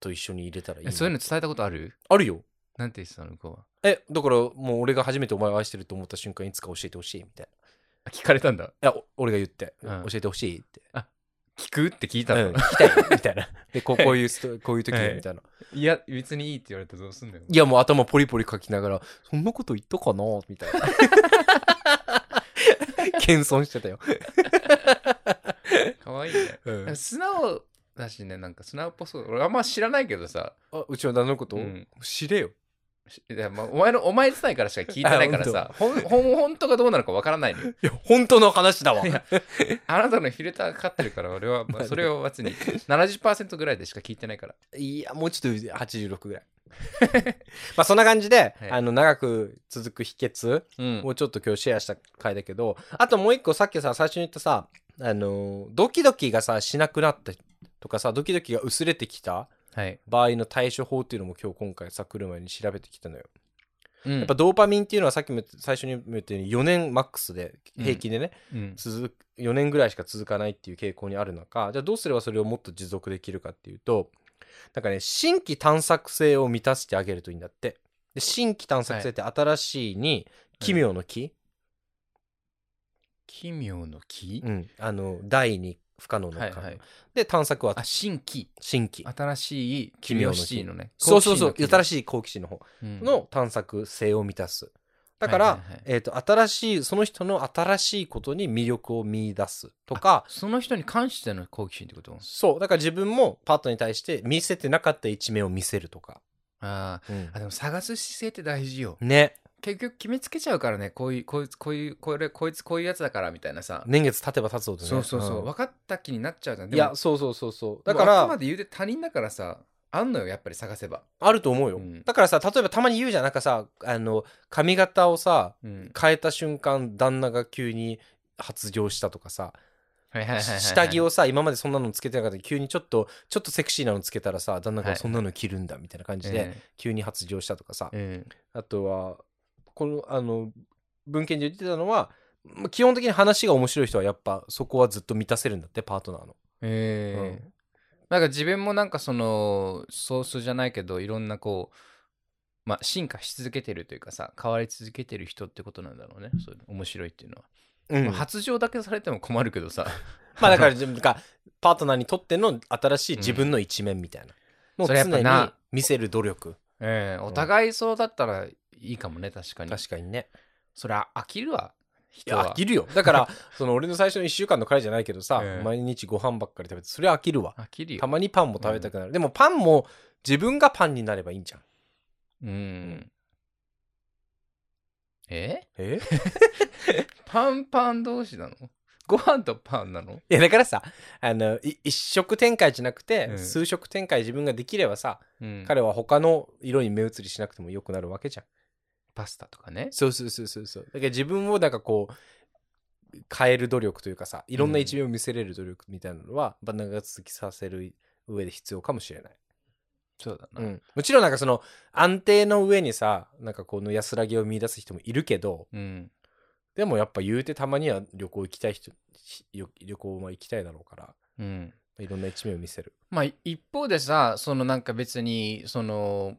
[SPEAKER 1] と一緒に入れたらいい
[SPEAKER 2] え
[SPEAKER 1] な
[SPEAKER 2] そういうの伝えたことある
[SPEAKER 1] あるよ
[SPEAKER 2] なんて言ってたの向こうは
[SPEAKER 1] えだからもう俺が初めてお前を愛してると思った瞬間いつか教えてほしいみたい
[SPEAKER 2] あ聞かれたんだ
[SPEAKER 1] ないやお俺が言って、
[SPEAKER 2] うん
[SPEAKER 1] 教えてほしいって
[SPEAKER 2] 聞くって聞いた
[SPEAKER 1] うん、
[SPEAKER 2] の、
[SPEAKER 1] 聞きたいみたいな。 <laughs> で、こうこういうスト、こういう時
[SPEAKER 2] はい
[SPEAKER 1] みたいな。
[SPEAKER 2] <laughs> いや別にいいって言われたらどうすんだよ
[SPEAKER 1] いや、もう頭ポリポリ書きながら、そんなこと言ったかなみたい <laughs> な。謙遜してたよ。
[SPEAKER 2] かわいいね
[SPEAKER 1] うん
[SPEAKER 2] なんか素直だしね、なんか砂っぽそう。俺あんま知らないけどさ。
[SPEAKER 1] あうちの旦那のこと、
[SPEAKER 2] うん
[SPEAKER 1] 知れよ
[SPEAKER 2] しいやまあ、お前の、お前伝いからしか聞いてないからさ、ほん、 <laughs> ほん、本当がどうなのかわからないのよ。
[SPEAKER 1] いや本当の話だわ
[SPEAKER 2] いやあなたのフィルターがかかってるから、俺は、まあ、それを別に70%ぐらいでしか聞いてないから。
[SPEAKER 1] いやもうちょっと86ぐらい <laughs> まあそんな感じで、
[SPEAKER 2] はい
[SPEAKER 1] あの長く続く秘訣
[SPEAKER 2] うん
[SPEAKER 1] をちょっと今日シェアした回だけどあともう一個さっきさ最初に言ったさあのドキドキがさしなくなったとかさドキドキが薄れてきた
[SPEAKER 2] はい。
[SPEAKER 1] 場合の対処法っていうのも今日今回さ来る前に調べてきたのよ、
[SPEAKER 2] や
[SPEAKER 1] やっぱ、ドーパミンっていうのはさっきも言った最初にも言ったように4年マックスで平均でね、
[SPEAKER 2] うん。
[SPEAKER 1] 続く4年ぐらいしか続かないっていう傾向にある中じゃあどうすればそれをもっと持続できるかっていうとなんかね新規探索性を満たしてあげるといいんだってで新規探索性って新しいに奇妙の木、
[SPEAKER 2] 奇妙の木
[SPEAKER 1] うん、あの第二不可能の可
[SPEAKER 2] は
[SPEAKER 1] 能、
[SPEAKER 2] いはい。
[SPEAKER 1] で探索は
[SPEAKER 2] あ、新規。
[SPEAKER 1] 新規
[SPEAKER 2] 新しい奇妙シーのね。
[SPEAKER 1] そうそうそう新
[SPEAKER 2] し
[SPEAKER 1] しい好奇心の方
[SPEAKER 2] い、うん
[SPEAKER 1] の探索性を満たすだから、
[SPEAKER 2] はいはいはい
[SPEAKER 1] えー、と新しいその人の新しいことに魅力を見出すとか
[SPEAKER 2] その人に関しての好奇心ってこと
[SPEAKER 1] そう。だから自分もパートに対して見せてなかった一面を見せるとか。
[SPEAKER 2] あーあ、でも探す姿勢って大事よ。
[SPEAKER 1] ね。
[SPEAKER 2] 結局決めつけちゃうからね、こういう、こいつ、こういう、これ、こいつ、こういうやつだからみたいなさ。
[SPEAKER 1] 年月経てば経つほどね。
[SPEAKER 2] そうそうそう、
[SPEAKER 1] ん
[SPEAKER 2] 分かった気になっちゃうじゃん。
[SPEAKER 1] い
[SPEAKER 2] でも
[SPEAKER 1] や、そうそうそうそう。
[SPEAKER 2] だ
[SPEAKER 1] だ
[SPEAKER 2] か、
[SPEAKER 1] からら、
[SPEAKER 2] あくまで言うて他人だからさ、あんのよ、やっぱり探せば。
[SPEAKER 1] あると思うよ、
[SPEAKER 2] うん
[SPEAKER 1] だからさ、例えばたまに言うじゃん。なんかさ、あの、髪型をさ、
[SPEAKER 2] うん。
[SPEAKER 1] 変えた瞬間、旦那が急に発情したとかさ、
[SPEAKER 2] はいはいはいはいはい
[SPEAKER 1] 下着をさ、今までそんなのつけてなかったけど急にちょっと、ちょっとセクシーなのつけたらさ、旦那
[SPEAKER 2] は
[SPEAKER 1] が
[SPEAKER 2] い
[SPEAKER 1] そんなの着るんだみたいな感じで、急に発情したとかさ、
[SPEAKER 2] うんうん
[SPEAKER 1] あとは、この、あの、文献で言ってたのは、まあ基本的に話が面白い人はやっぱそこはずっと満たせるんだって、パートナーの。
[SPEAKER 2] ええ
[SPEAKER 1] う
[SPEAKER 2] なんか自分もなんかそのソースじゃないけどいろんなこうまあ進化し続けてるというかさ変わり続けてる人ってことなんだろうねそういう面白いっていうのは、
[SPEAKER 1] うん
[SPEAKER 2] まあ
[SPEAKER 1] ま <laughs>
[SPEAKER 2] 発情だけされても困るけどさ
[SPEAKER 1] あだから、自分がパートナーにとっての新しい自分の一面みたいな。のを
[SPEAKER 2] それやっぱ
[SPEAKER 1] 常
[SPEAKER 2] な
[SPEAKER 1] に見せる努力。
[SPEAKER 2] ええお互いそうだったらいいかもね確かに
[SPEAKER 1] 確かにね。
[SPEAKER 2] そりゃ飽きるわ
[SPEAKER 1] い
[SPEAKER 2] 人
[SPEAKER 1] や、
[SPEAKER 2] は
[SPEAKER 1] 飽きるよ。だから、 <laughs> その俺の最初の1週間の彼じゃないけどさ、
[SPEAKER 2] ええ
[SPEAKER 1] 毎日ご飯ばっかり食べて、それ飽きるわ。
[SPEAKER 2] 飽きるよ
[SPEAKER 1] たまにパンも食べたくなる。でもパンも自分がパンになればいいんじゃん。
[SPEAKER 2] うんえ
[SPEAKER 1] え
[SPEAKER 2] パンパン同士なのご飯とパンなの
[SPEAKER 1] いや、だからさ、あの、い一食展開じゃなくて、
[SPEAKER 2] うん
[SPEAKER 1] 数食展開自分ができればさ、
[SPEAKER 2] うん
[SPEAKER 1] 彼は他の色に目移りしなくても良くなるわけじゃん。
[SPEAKER 2] パスタとかね
[SPEAKER 1] そうそうそうそうそう。だから自分をなんかこう変える努力というかさ、いろんな一面を見せれる努力みたいなのは、バナナが続きさせる上で必要かもしれない。
[SPEAKER 2] そうだな、
[SPEAKER 1] うん。もちろんなんかその安定の上にさ、なんかこの安らぎを見出す人もいるけど、
[SPEAKER 2] うん、
[SPEAKER 1] でもやっぱ言うてたまには旅行行きたい人、ひ旅旅行も行きたいだろうから、
[SPEAKER 2] うん、
[SPEAKER 1] いろんな一面を見せる。
[SPEAKER 2] まあい一方でさそのなんか別にその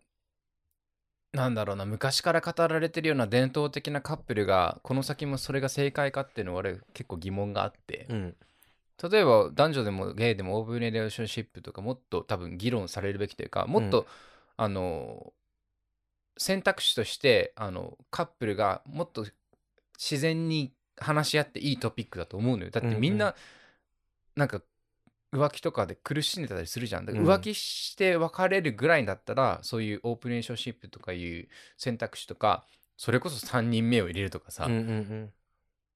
[SPEAKER 2] なんだろうな昔から語られてるような伝統的なカップルがこの先もそれが正解かっていうのは俺結構疑問があって、
[SPEAKER 1] うん。
[SPEAKER 2] 例えば男女でもゲイでもオープンレレーションシップとかもっと多分議論されるべきというかもっと、
[SPEAKER 1] うん
[SPEAKER 2] あの選択肢としてあのカップルがもっと自然に話し合っていいトピックだと思うのよだってみんな、
[SPEAKER 1] うん
[SPEAKER 2] なんか浮気とかで苦しんでたりするじゃんだから
[SPEAKER 1] うん
[SPEAKER 2] 浮気して別れるぐらいだったら、そういうオープンレレーションシップとかいう選択肢とかそれこそ3人目を入れるとかさ、
[SPEAKER 1] うんうんうん。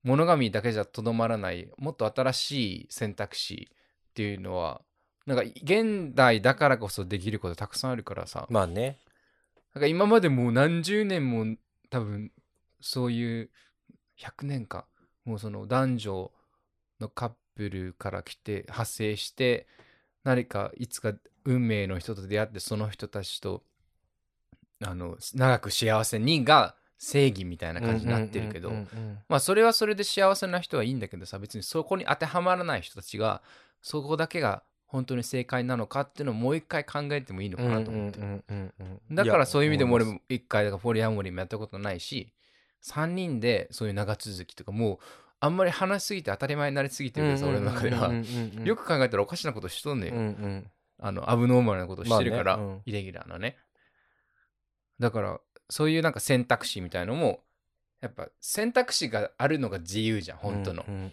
[SPEAKER 2] 物神だけじゃとどまらないもっと新しい選択肢っていうのはなんか現代だからこそできることたくさんあるからさ
[SPEAKER 1] まあね。
[SPEAKER 2] なんか今までもう何十年も多分そういう100年かもうその男女のカップルから来て派生して何かいつか運命の人と出会ってその人たちとあの長く幸せにが正義みたいな感じになってるけど
[SPEAKER 1] うんうんうんうん
[SPEAKER 2] まあそれはそれで幸せな人はいいんだけどさ別にそこに当てはまらない人たちがそこだけが本当に正解なのかっていうのをもう一回考えてもいいのかなと思ってる、だからそういう意味でも俺も一回だからフォリアモリーもやったことないし3人でそういう長続きとかもうあんまり話しすぎて当たり前になりすぎてるけどさ俺の中ではよ
[SPEAKER 1] く
[SPEAKER 2] く考えたらおかしなことしとんねんよ、
[SPEAKER 1] うん
[SPEAKER 2] あのアブノーマルなことをしてるから、
[SPEAKER 1] まあねうん
[SPEAKER 2] イレギュラーなねだからそういうなんか選択肢みたいのもやっぱ選択肢があるのが自由じゃん本当の、
[SPEAKER 1] うんうんうん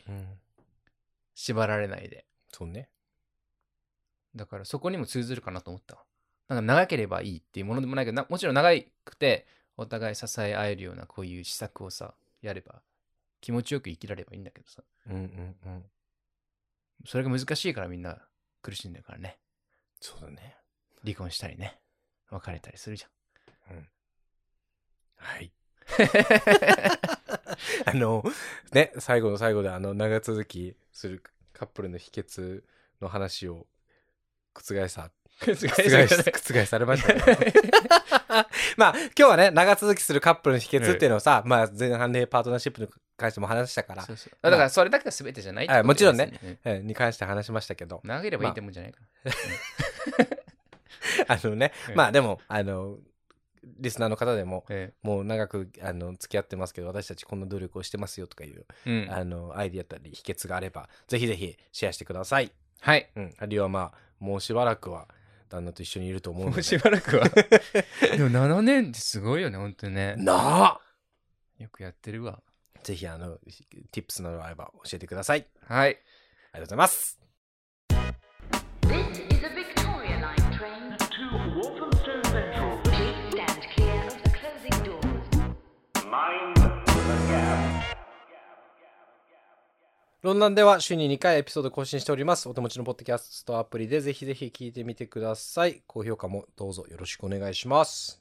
[SPEAKER 2] 縛られないで
[SPEAKER 1] そうね
[SPEAKER 2] だからそこにも通ずるかなと思ったわ。なんか長ければいいっていうものでもないけど、なもちろん長くて、お互い支え合えるようなこういう施策をさ、やれば、気持ちよく生きられればいいんだけどさ、
[SPEAKER 1] うんうんうん。
[SPEAKER 2] それが難しいからみんな苦しんでるからね。
[SPEAKER 1] そうだね。
[SPEAKER 2] 離婚したりね、別れたりするじゃん。
[SPEAKER 1] はい。あの、ね、最後の最後であの、長続きするカップルの秘訣の話を覆さ、 <laughs>
[SPEAKER 2] 覆
[SPEAKER 1] 覆し覆されました
[SPEAKER 2] <laughs>
[SPEAKER 1] けどまあ、今日はね、長続きするカップルの秘訣っていうのをさ、まあ、前半でパートナーシップに関しても話したから
[SPEAKER 2] そ、うそうだからそれだけが全てじゃないってこと
[SPEAKER 1] あもちろんね
[SPEAKER 2] です。う
[SPEAKER 1] えーに関して話しましたけど、
[SPEAKER 2] 長ければいいってもんじゃないか
[SPEAKER 1] <laughs> あのね
[SPEAKER 2] う、ん
[SPEAKER 1] まあでも、あの、リスナーの方でも、
[SPEAKER 2] な。え
[SPEAKER 1] もう長くあの付き合ってますけど、私たちこんな努力をしてますよとかいう
[SPEAKER 2] えうん
[SPEAKER 1] あの、アイディアだったり、秘訣があれば、ぜひぜひシェアしてください。
[SPEAKER 2] はい。
[SPEAKER 1] うん。ハリーはまあ、もうしばらくは、旦那と一緒にいると思うの
[SPEAKER 2] も
[SPEAKER 1] で。
[SPEAKER 2] うしばら
[SPEAKER 1] <laughs>
[SPEAKER 2] くは。でも7年ってすごいよね、本当にね。
[SPEAKER 1] なあ
[SPEAKER 2] よくやってるわ。
[SPEAKER 1] ぜひ、あの、tips などあれば教えてください。あり
[SPEAKER 2] はい。
[SPEAKER 1] がとうございます。
[SPEAKER 3] This is a Victoria Line train
[SPEAKER 4] to Walthamstow Central.
[SPEAKER 3] Please stand clear of the closing doors.
[SPEAKER 4] Mind the gap.
[SPEAKER 1] ロンダンでは週に2回エピソード更新しております。お手持ちのポッドキャストアプリでぜひぜひ聞いてみてください。高評価もどうぞよろしくお願いします。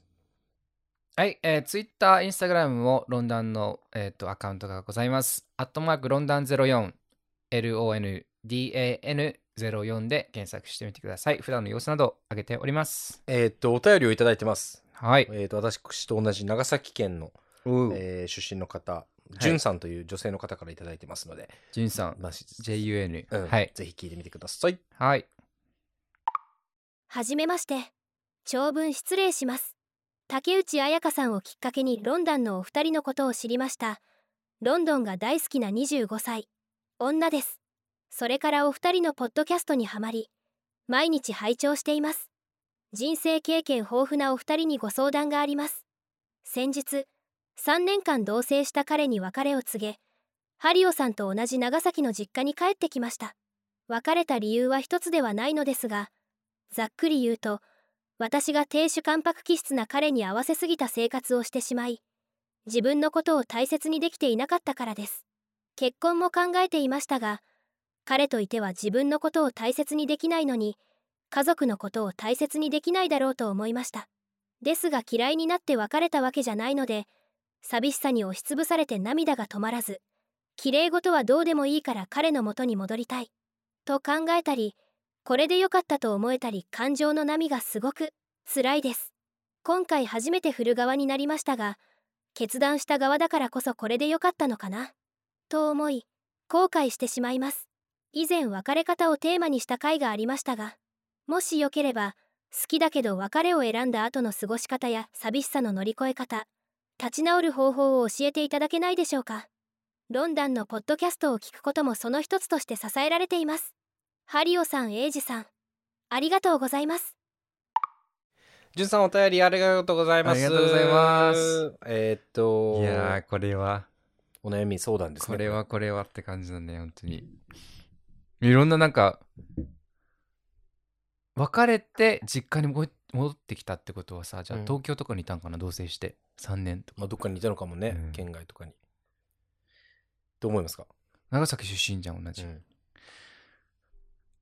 [SPEAKER 2] はい、えー、Twitter、Instagram もロンダンの、えー、とアカウントがございます。アットマークロンダン04、LONDAN04 で検索してみてください。普段の様子など上げております。
[SPEAKER 1] えーっと、お便りをいただいてます。
[SPEAKER 2] はい。
[SPEAKER 1] えーっと、私と同じ長崎県の、
[SPEAKER 2] う
[SPEAKER 1] えー出身の方、
[SPEAKER 2] い
[SPEAKER 1] じゅんさんという女性の方からいただいてますので、
[SPEAKER 2] ジュンさん、
[SPEAKER 1] まあ
[SPEAKER 2] JUN、
[SPEAKER 1] うん
[SPEAKER 2] はい。
[SPEAKER 1] ぜひ聞いてみてください。
[SPEAKER 2] はい。
[SPEAKER 5] はじめまして。長文失礼します。竹内彩香さんをきっかけにロンドンのお二人のことを知りました。ロンドンが大好きな25歳。女です。それからお二人のポッドキャストにはまり、毎日拝聴しています。人生経験豊富なお二人にご相談があります。先日、3年間同棲した彼に別れを告げ、ハリオさんと同じ長崎の実家に帰ってきました。別れた理由は一つではないのですが、ざっくり言うと私が亭主関白気質な彼に合わせすぎた生活をしてしまい自分のことを大切にできていなかったからです結婚も考えていましたが彼といては自分のことを大切にできないのに家族のことを大切にできないだろうと思いましたですが嫌いになって別れたわけじゃないので寂しさに押しつぶされて涙が止まらず綺麗事はどうでもいいから彼の元に戻りたいと考えたりこれで良かったと思えたり感情の波がすごく辛いです今回初めて振る側になりましたが決断した側だからこそこれで良かったのかなと思い後悔してしまいます以前別れ方をテーマにした回がありましたがもしよければ好きだけど別れを選んだ後の過ごし方や寂しさの乗り越え方立ち直る方法を教えていただけないでしょうかロンダンのポッドキャストを聞くこともその一つとして支えられていますハリオさん、エイジさん、ありがとうございます。
[SPEAKER 1] じゅんさんお便りありがとうございます。
[SPEAKER 2] ありがとうございます。
[SPEAKER 1] えーっと、
[SPEAKER 2] いやー、これは、
[SPEAKER 1] お悩み相談ですね。
[SPEAKER 2] これはこれはって感じなんだよ、本当に。いろんななんか、別れて実家に戻戻ってきたってことはさ、じゃあ
[SPEAKER 1] うん
[SPEAKER 2] 東京とかにいたんかな、同棲して。3年とか。
[SPEAKER 1] まあ、どっかにいたのかもね、
[SPEAKER 2] うん
[SPEAKER 1] 県外とかに。どう思いますか、
[SPEAKER 2] 長崎出身じゃん、同じ。
[SPEAKER 1] うん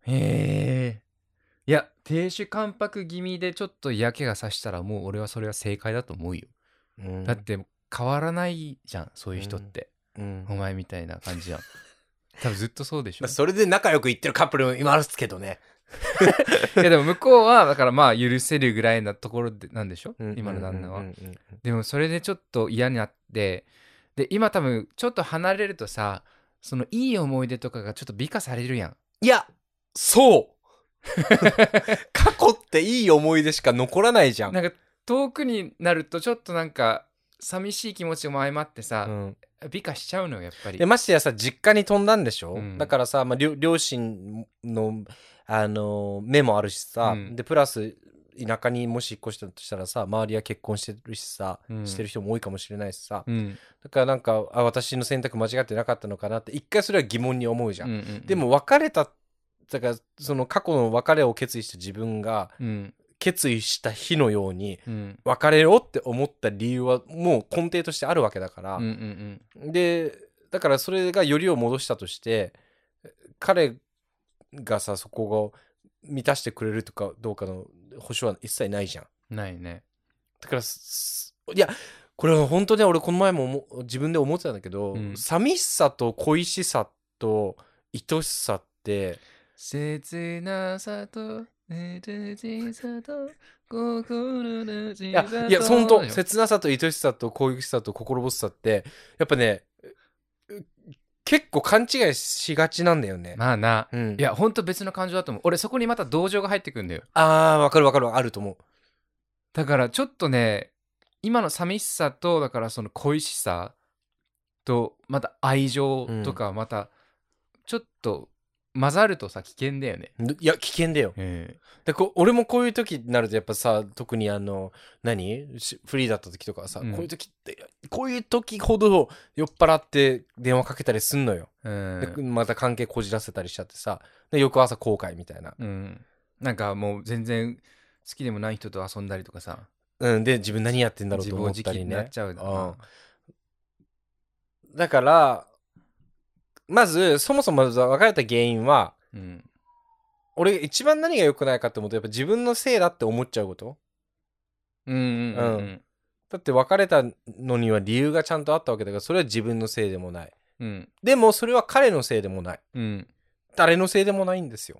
[SPEAKER 2] へえ。いや、亭主関白気味でちょっと嫌気がさしたら、もう俺はそれは正解だと思うよ。
[SPEAKER 1] うん
[SPEAKER 2] だって変わらないじゃん、そういう人って。
[SPEAKER 1] うん
[SPEAKER 2] お前みたいな感じ
[SPEAKER 1] <laughs>
[SPEAKER 2] じゃん。多分ずっとそうでしょ
[SPEAKER 1] まあ、。それで仲良くいってるカップルもいますけどね。
[SPEAKER 2] いやでも向こうはだからまあ許せるぐらいなところでなんでしょ、今の旦那は、
[SPEAKER 1] うんうん
[SPEAKER 2] でもそれでちょっと嫌になってで今多分ちょっと離れるとさそのいい思い出とかがちょっと美化されるやん
[SPEAKER 1] いや、そう <laughs> 過去っていい思い出しか残らないじゃん。
[SPEAKER 2] なんか遠くになるとちょっとなんか寂しい気持ちも相まって
[SPEAKER 1] う
[SPEAKER 2] さ、
[SPEAKER 1] ん
[SPEAKER 2] 美化しちゃうのよやっぱり
[SPEAKER 1] でましてやさ実家に飛んだんでしょ、
[SPEAKER 2] うん
[SPEAKER 1] だからさ、まあ、両両親の、あのー目もあるしさ、
[SPEAKER 2] うん
[SPEAKER 1] でプラス田舎にもし引っ越したとしたらさ周りは結婚してるしさ、
[SPEAKER 2] うん
[SPEAKER 1] してる人も多いかもしれないしさ、
[SPEAKER 2] うん
[SPEAKER 1] だからなんかあ私の選択間違ってなかったのかなって一回それは疑問に思うじゃ
[SPEAKER 2] うん
[SPEAKER 1] ん、
[SPEAKER 2] うんうん
[SPEAKER 1] でも別れただからその過去の別れを決意した自分が
[SPEAKER 2] うん。
[SPEAKER 1] 決意した日のように
[SPEAKER 2] うん。
[SPEAKER 1] 別れようって思った理由はもう根底としてあるわけだから、
[SPEAKER 2] うんうん
[SPEAKER 1] でだからそれがよりを戻したとして彼がさそこが満たしてくれるとかどうかの保証は一切ないじゃん
[SPEAKER 2] うん。ないね。
[SPEAKER 1] だからすいやこれは本当ね俺この前も思自分で思ってたんだけど、
[SPEAKER 2] うん
[SPEAKER 1] 寂しさと恋しさと愛しさって
[SPEAKER 2] 切なさと、切しさと、心の
[SPEAKER 1] い
[SPEAKER 2] い
[SPEAKER 1] やいや本当切なさと愛しさと恋しさと心細さってやっぱねう結構勘違いしがちなんだよね。
[SPEAKER 2] まあな。
[SPEAKER 1] うん、
[SPEAKER 2] いや、本当別の感情だと思う。俺、そこにまた同情が入ってくるんだよ。
[SPEAKER 1] あーわかるわかるあると思う。
[SPEAKER 2] だから、ちょっとね、今の寂しさと、だからその恋しさと、また愛情とか、また、ちょっと混ざるとさ、危険だよね。
[SPEAKER 1] いや危険だよ
[SPEAKER 2] え
[SPEAKER 1] でこ俺もこういう時になるとやっぱさ特にあの何しフリーだった時とかはさ、
[SPEAKER 2] うん
[SPEAKER 1] こういう時ってこういう時ほど酔っ払って電話かけたりすんのよ、
[SPEAKER 2] え
[SPEAKER 1] でまた関係こじらせたりしちゃってさで翌朝後悔みたいな、
[SPEAKER 2] うん、なんかもう全然好きでもない人と遊んだりとかさ
[SPEAKER 1] うん、で自分何やってんだろう
[SPEAKER 2] 自
[SPEAKER 1] と
[SPEAKER 2] 暴
[SPEAKER 1] 思っ
[SPEAKER 2] 自
[SPEAKER 1] た
[SPEAKER 2] 棄
[SPEAKER 1] り
[SPEAKER 2] にな
[SPEAKER 1] ね
[SPEAKER 2] っちゃうな
[SPEAKER 1] うんだからまずそもそも別れた原因は
[SPEAKER 2] うん
[SPEAKER 1] 俺一番何が良くないかって思うとやっぱ自分のせいだって思っちゃうこと
[SPEAKER 2] うんうんうんうん
[SPEAKER 1] だって別れたのには理由がちゃんとあったわけだからそれは自分のせいでもない
[SPEAKER 2] うん
[SPEAKER 1] でもそれは彼のせいでもない
[SPEAKER 2] うん
[SPEAKER 1] 誰のせいでもないんですよ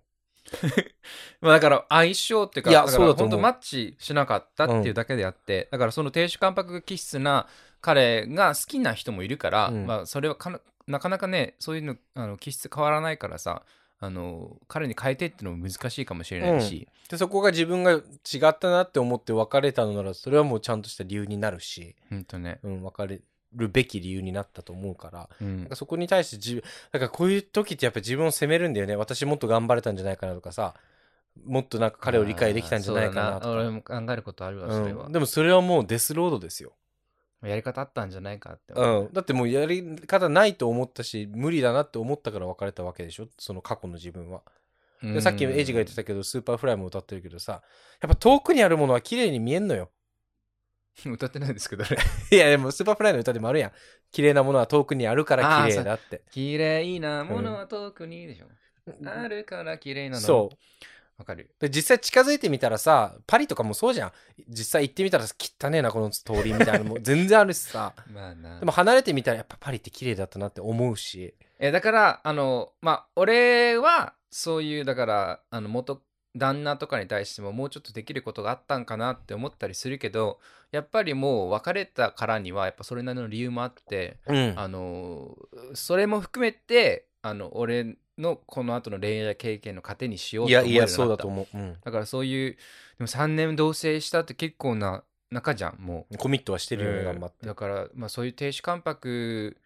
[SPEAKER 2] まあだから相性っていうか
[SPEAKER 1] いや
[SPEAKER 2] だか
[SPEAKER 1] そう
[SPEAKER 2] ら
[SPEAKER 1] だと
[SPEAKER 2] 本
[SPEAKER 1] 思う
[SPEAKER 2] 当マッチしなかったっていうだけであって、だからその亭主関白気質な彼が好きな人もいるから、
[SPEAKER 1] うん
[SPEAKER 2] まあ、それはかななかなかねそういうのあの気質変わらないからさあの彼に変えてってのも難しいかもしれないし、
[SPEAKER 1] でそこが自分が違ったなって思って別れたのならそれはもうちゃんとした理由になるし、
[SPEAKER 2] ほんとね、
[SPEAKER 1] うん、別れるべき理由になったと思うから
[SPEAKER 2] う
[SPEAKER 1] なんんか、そこに対して自分だからこういう時ってやっぱ自分を責めるんだよね私もっと頑張れたんじゃないかなとかさもっとなんか彼を理解できたんじゃないかなと
[SPEAKER 2] あーそうだ
[SPEAKER 1] か
[SPEAKER 2] 俺も考えることあるわそれは、
[SPEAKER 1] うんでもそれはもうデスロードですよ
[SPEAKER 2] やり方あったんじゃないかって思う
[SPEAKER 1] うん、だってもうやり方ないと思ったし無理だなって思ったから別れたわけでしょその過去の自分は、でさっきエイジが言ってたけどスーパーフライも歌ってるけどさやっぱ遠くにあるものは綺麗に見えんのよ
[SPEAKER 2] た <laughs> 歌ってないですけどね
[SPEAKER 1] いやでもスーパーフライの歌でもあるやん綺麗なものは遠くにあるから綺麗だって
[SPEAKER 2] 綺麗なものは遠くにでしょ、あるから綺麗なの
[SPEAKER 1] そう
[SPEAKER 2] わかる
[SPEAKER 1] で実際近づいてみたらさパリとかもそうじゃん実際行ってみたら汚ねえなこの通りみたい <laughs> なのも全然あるしさ
[SPEAKER 2] まあな
[SPEAKER 1] でも離れてみたらやっぱパリって綺麗だったなって思うし
[SPEAKER 2] えだからあのまあ俺はそういうだからあの元旦那とかに対してももうちょっとできることがあったんかなって思ったりするけどやっぱりもう別れたからにはやっぱそれなりの理由もあって
[SPEAKER 1] うん
[SPEAKER 2] あのそれも含めてあの俺のこの後の恋愛経験の糧にしよう
[SPEAKER 1] い
[SPEAKER 2] と
[SPEAKER 1] や
[SPEAKER 2] 思う
[SPEAKER 1] い
[SPEAKER 2] よ
[SPEAKER 1] や
[SPEAKER 2] うになった
[SPEAKER 1] そうだと思う、うん、
[SPEAKER 2] だからそういうでも3年同棲したって結構な中じゃんもう
[SPEAKER 1] コミットはしてるよね、
[SPEAKER 2] うん
[SPEAKER 1] 頑張って
[SPEAKER 2] だから、まあ、そういう亭主関白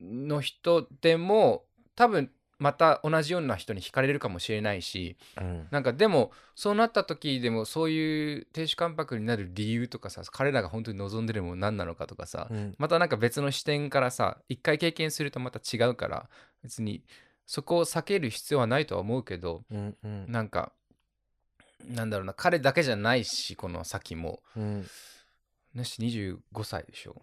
[SPEAKER 2] の人でも多分また同じような人に惹かれるかもしれないし
[SPEAKER 1] うん
[SPEAKER 2] なんかでもそうなった時でもそういう亭主関白になる理由とかさ彼らが本当に望んでるもの何なのかとかさ、
[SPEAKER 1] うん
[SPEAKER 2] またなんか別の視点からさ一回経験するとまた違うから別にそこを避ける必要はないとは思うけど、
[SPEAKER 1] うんうん
[SPEAKER 2] なんかなんだろうな彼だけじゃないしこの先も
[SPEAKER 1] うん
[SPEAKER 2] なし25歳でしょ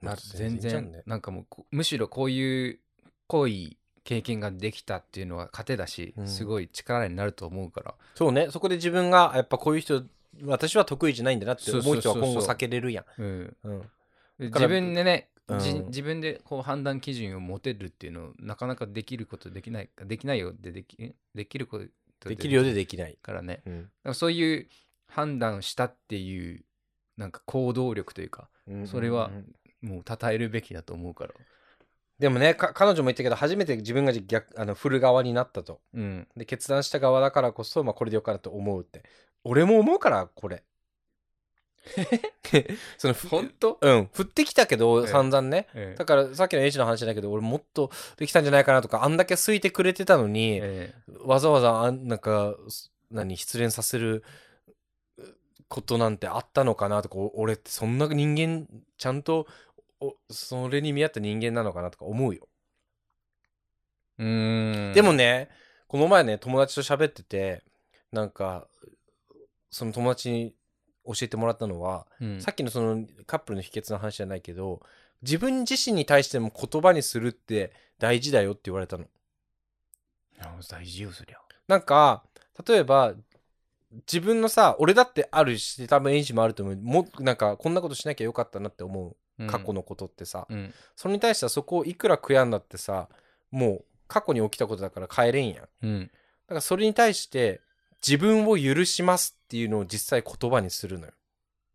[SPEAKER 1] まあ
[SPEAKER 2] 全
[SPEAKER 1] じゃ
[SPEAKER 2] 然
[SPEAKER 1] んね
[SPEAKER 2] なんかもうこむしろこういう濃い経験ができたっていうのは糧だし、
[SPEAKER 1] うん
[SPEAKER 2] すごい力になると思うから
[SPEAKER 1] そうねそこで自分がやっぱこういう人私は得意じゃないんだなって思
[SPEAKER 2] そう
[SPEAKER 1] う
[SPEAKER 2] そ
[SPEAKER 1] 人
[SPEAKER 2] うそう
[SPEAKER 1] は
[SPEAKER 2] そう
[SPEAKER 1] 今後避けれるやん、
[SPEAKER 2] うん
[SPEAKER 1] うん、
[SPEAKER 2] で
[SPEAKER 1] から
[SPEAKER 2] 自分でね、
[SPEAKER 1] うん
[SPEAKER 2] じ自分でこう判断基準を持てるっていうのをなかなかできることできないできないようでできんできること
[SPEAKER 1] できるようで
[SPEAKER 2] で
[SPEAKER 1] できない、
[SPEAKER 2] からね
[SPEAKER 1] うん
[SPEAKER 2] だからそういう判断をしたっていうなんか行動力というかそれはもう称えるべきだと思うから。
[SPEAKER 1] でもねか彼女も言ったけど初めて自分が逆あの振る側になったと
[SPEAKER 2] うん。
[SPEAKER 1] で決断した側だからこそ、まあ、これでよかったと思うって俺も思うからこ
[SPEAKER 2] <laughs>
[SPEAKER 1] れそのふ
[SPEAKER 2] 当
[SPEAKER 1] うん振ってきたけど
[SPEAKER 2] ええ
[SPEAKER 1] 散々ね、
[SPEAKER 2] え
[SPEAKER 1] だからさっきのエイジの話だけど俺もっとできたんじゃないかなとかあんだけ空いてくれてたのに、
[SPEAKER 2] え
[SPEAKER 1] わざわざあんなんかす何失恋させるうことなんてあったのかなとかお俺ってそんな人間ちゃんとおそれに見合った人間なのかなとか思うよ、
[SPEAKER 2] うーん。
[SPEAKER 1] でもねこの前ね、友達と喋ってて、なんか、その友達に教えてもらったのは、
[SPEAKER 2] うん
[SPEAKER 1] さっきのそのカップルの秘訣の話じゃないけど、自分自身に対しても言葉にするって大事だよって言われたの。
[SPEAKER 2] あ大事よそりゃ
[SPEAKER 1] なんか、例えば、自分のさ、俺だってあるし、多分エイジもあると思う。もなんか、こんなことしなきゃよかったなって思
[SPEAKER 2] う
[SPEAKER 1] うん過去のことってさ、
[SPEAKER 2] うん
[SPEAKER 1] それに対してはそこをいくら悔やんだってさ、もう過去に起きたことだから変えれんやん。だ
[SPEAKER 2] うん
[SPEAKER 1] からそれに対して、自分を許しますっていうのを実際言葉にするのよ。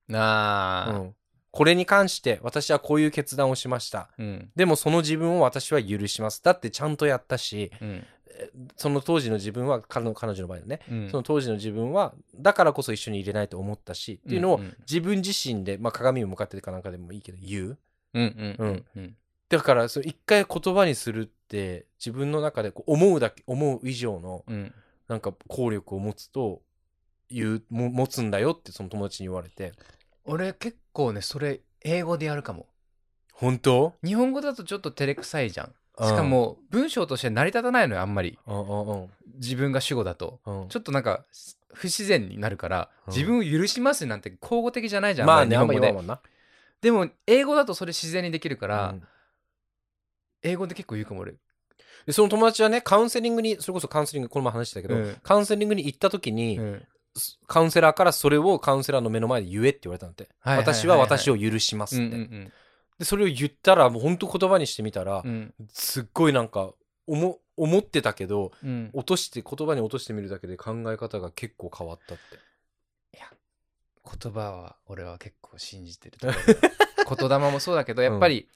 [SPEAKER 1] う
[SPEAKER 2] あ
[SPEAKER 1] ん。これに関して、私はこういう決断をしました。
[SPEAKER 2] ーうん
[SPEAKER 1] でもその自分を私は許します。だってちゃんとやったし、
[SPEAKER 2] うん
[SPEAKER 1] その当時の自分は、彼の彼女の場合だね、
[SPEAKER 2] うん
[SPEAKER 1] その当時の自分は、だからこそ一緒に入れないと思ったし、っていうの
[SPEAKER 2] う
[SPEAKER 1] を
[SPEAKER 2] んうん
[SPEAKER 1] 自分自身で、まあ鏡に向かってかなんかでもいいけど、言う。
[SPEAKER 2] うんうんうんうん
[SPEAKER 1] だから、その一回言葉にするって、自分の中でこう思うだけ、思う以上の、
[SPEAKER 2] うん
[SPEAKER 1] なんか効力を持つと、言う、も持つんだよってその友達に言われて、
[SPEAKER 2] 俺結構ねそれ英語でやるかも
[SPEAKER 1] 本当
[SPEAKER 2] 日本語だとちょっと照れくさいじゃんしか、も文章として成り立たないのよあんまり
[SPEAKER 1] うんうんうん
[SPEAKER 2] 自分が主語だと
[SPEAKER 1] うん。
[SPEAKER 2] ちょっとなんか不自然になるから
[SPEAKER 1] うん
[SPEAKER 2] 自分を許しますなんて口語的じゃないじゃん
[SPEAKER 1] まあ
[SPEAKER 2] んり
[SPEAKER 1] ね、
[SPEAKER 2] 日
[SPEAKER 1] あ
[SPEAKER 2] 本
[SPEAKER 1] んま
[SPEAKER 2] 語
[SPEAKER 1] 言わん
[SPEAKER 2] で
[SPEAKER 1] もんな。
[SPEAKER 2] でも英語だとそれ自然にできるか
[SPEAKER 1] う
[SPEAKER 2] ら
[SPEAKER 1] ん
[SPEAKER 2] 英語で結構言うかも俺
[SPEAKER 1] でその友達はねカウンセリングにそれこそカウンセリングこの前話してたけど、
[SPEAKER 2] うん
[SPEAKER 1] カウンセリングに行った時に、
[SPEAKER 2] うん
[SPEAKER 1] カウンセラーからそれをカウンセラーの目の前で言えって言われたんだって、
[SPEAKER 2] はいはいはいはい
[SPEAKER 1] 私は私を許します
[SPEAKER 2] う
[SPEAKER 1] っ
[SPEAKER 2] ん
[SPEAKER 1] て、
[SPEAKER 2] うん
[SPEAKER 1] でそれを言ったらもう本当言葉にしてみたら、
[SPEAKER 2] うん
[SPEAKER 1] すっごいなんか思思ってたけど
[SPEAKER 2] うん
[SPEAKER 1] 落として言葉に落としてみるだけで考え方が結構変わったって
[SPEAKER 2] 言葉は俺は結構信じてるとこ
[SPEAKER 1] <laughs>
[SPEAKER 2] ろだ言霊もそうだけどやっぱり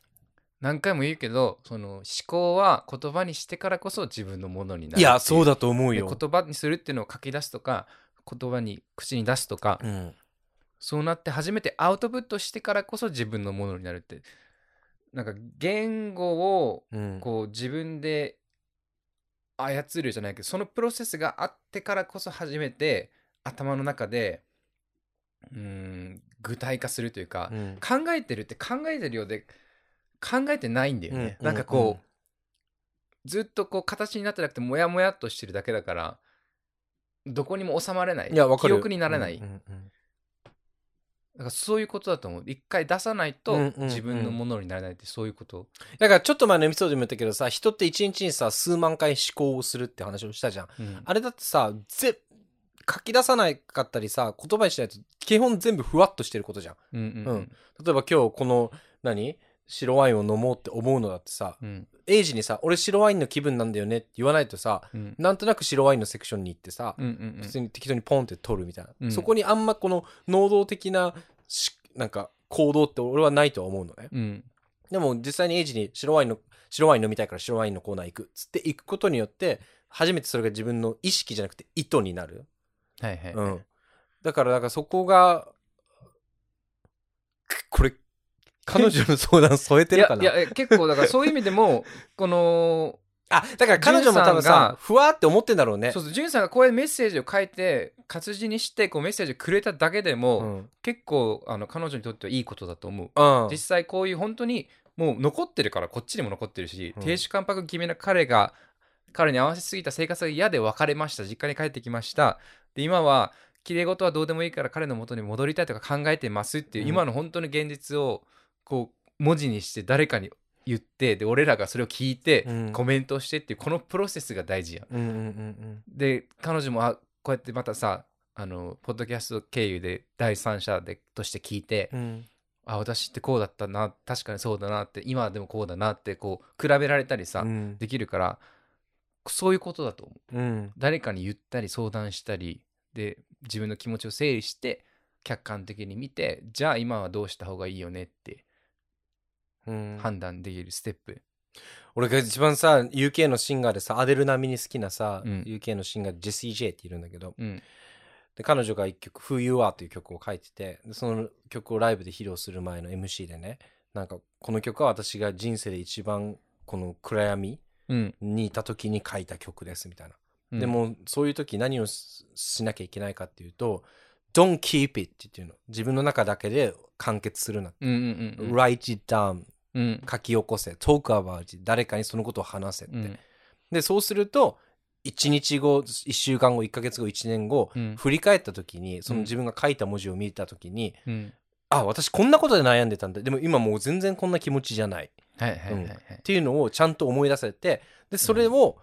[SPEAKER 2] 何回も言うけどその思考は言葉にしてからこそ自分のものになる
[SPEAKER 1] いやそう
[SPEAKER 2] だ
[SPEAKER 1] だと思う
[SPEAKER 2] 言
[SPEAKER 1] よ、
[SPEAKER 2] 葉にするっていうのを書き出すとか言葉に口に出すとか
[SPEAKER 1] うん、
[SPEAKER 2] そうなって初めてアウトプットしてからこそ自分のものになるってなんか言語を
[SPEAKER 1] うん、
[SPEAKER 2] こう自分で操るじゃないけどそのプロセスがあってからこそ初めて頭の中でうーん具体化するというか、
[SPEAKER 1] うん
[SPEAKER 2] 考えてるって考えてるようで考えてないんだよね、
[SPEAKER 1] うん
[SPEAKER 2] な
[SPEAKER 1] う
[SPEAKER 2] んか
[SPEAKER 1] んうん
[SPEAKER 2] こうずっとこう形になってなくてモヤモヤっとしてるだけだからどこにも収まれない
[SPEAKER 1] いやわかる
[SPEAKER 2] 記憶にならない、
[SPEAKER 1] うんうんうん
[SPEAKER 2] なんかそういうことだと思う一回出さない
[SPEAKER 1] うん
[SPEAKER 2] と
[SPEAKER 1] うんうん
[SPEAKER 2] 自分のものにならないってそういうこと、
[SPEAKER 1] だからちょっと前のエピソードでも言ったけどさ人って一日にさ数万回思考をするって話をしたじゃん
[SPEAKER 2] うん
[SPEAKER 1] あれだってさ、ぜ、書き出さないかったりさ、言葉にしないと、基本全部ふわっとしてることじゃん。
[SPEAKER 2] うんうん
[SPEAKER 1] 例えば今日この、何白ワインを飲もうって思うのだってさ、
[SPEAKER 2] うん
[SPEAKER 1] エイジにさ、俺白ワインの気分なんだよねって言わないとさ、
[SPEAKER 2] うん
[SPEAKER 1] なんとなく白ワインのセクションに行ってさ、
[SPEAKER 2] うんうん
[SPEAKER 1] 普通に適当にポンって取るみたいな。
[SPEAKER 2] うん
[SPEAKER 1] そこにあんまこの能動的なし、なんか、行動って俺はないとは思うのね。
[SPEAKER 2] うん
[SPEAKER 1] でも実際にエイジに白ワインの、白ワイン飲みたいから白ワインのコーナー行くっつって行くことによって、初めてそれが自分の意識じゃなくて意図になる。
[SPEAKER 2] はいはい、
[SPEAKER 1] うん。だから、だからそこが、くこれ、彼女の相談添えてるかない
[SPEAKER 2] やいや結構だからそういう意味
[SPEAKER 1] <laughs>
[SPEAKER 2] でもこの
[SPEAKER 1] あ、だから彼女も多分
[SPEAKER 2] ジュンさん
[SPEAKER 1] さ
[SPEAKER 2] が、
[SPEAKER 1] ふわって思ってんだろうね。
[SPEAKER 2] そうそうジュンさんがこういうメッセージを書いて活字にしてこうメッセージをくれただけでも、
[SPEAKER 1] うん。
[SPEAKER 2] 結構あの彼女にとってはいいことだと思う、
[SPEAKER 1] うん。
[SPEAKER 2] 実際こういう本当にもう残ってるからこっちにも残ってるし、
[SPEAKER 1] うん
[SPEAKER 2] 亭主関白気味な彼が彼に合わせすぎた生活が嫌で別れました実家に帰ってきましたで今は綺麗事はどうでもいいから彼の元に戻りたいとか考えてますっていう、
[SPEAKER 1] うん
[SPEAKER 2] 今の本当の現実をこう文字にして誰かに言ってで俺らがそれを聞いて
[SPEAKER 1] うん
[SPEAKER 2] コメントしてっていうこのプロセスが大事やん
[SPEAKER 1] うんうんうん
[SPEAKER 2] で彼女もあこうやってまたさあのポッドキャスト経由で第三者でとして聞いて、
[SPEAKER 1] うん。うん。
[SPEAKER 2] あ私ってこうだったな確かにそうだなって今でもこうだなってこう比べられたりさ、
[SPEAKER 1] うん
[SPEAKER 2] できるからそういうことだと思う
[SPEAKER 1] うん。
[SPEAKER 2] 誰かに言ったり相談したりで自分の気持ちを整理して客観的に見てじゃあ今はどうした方がいいよねって
[SPEAKER 1] うん
[SPEAKER 2] 判断できるステップ、
[SPEAKER 1] 俺が一番さ、UK のシンガーでさ、アデル並みに好きなさ、
[SPEAKER 2] うん
[SPEAKER 1] UK のシンガー、ジェシー・ジェイっているんだけど、
[SPEAKER 2] うん
[SPEAKER 1] で彼女が一曲「Who You Are」という曲を書いててでその曲をライブで披露する前の MC でねなんかこの曲は私が人生で一番この暗闇
[SPEAKER 2] うん
[SPEAKER 1] にいた時に書いた曲ですみたいな、
[SPEAKER 2] うん
[SPEAKER 1] でもそういう時何をししなきゃいけないかっていうと「Don't keep it」っていうの自分の中だけで完結するな、
[SPEAKER 2] うんうんうんうん
[SPEAKER 1] Write it down
[SPEAKER 2] うん
[SPEAKER 1] 書き起こせ Talk about it 誰かにそのことを話せって、
[SPEAKER 2] うん
[SPEAKER 1] でそうすると1日後1週間後1ヶ月後1年後、
[SPEAKER 2] うん
[SPEAKER 1] 振り返った時にその
[SPEAKER 2] うん
[SPEAKER 1] 自分が書いた文字を見た時に、
[SPEAKER 2] うん。
[SPEAKER 1] あ私こんなことで悩んでたんだでも今もう全然こんな気持ちじゃないっ
[SPEAKER 2] はいはいはいは
[SPEAKER 1] う
[SPEAKER 2] い。
[SPEAKER 1] ていうのをちゃんと思い出せてでそれを、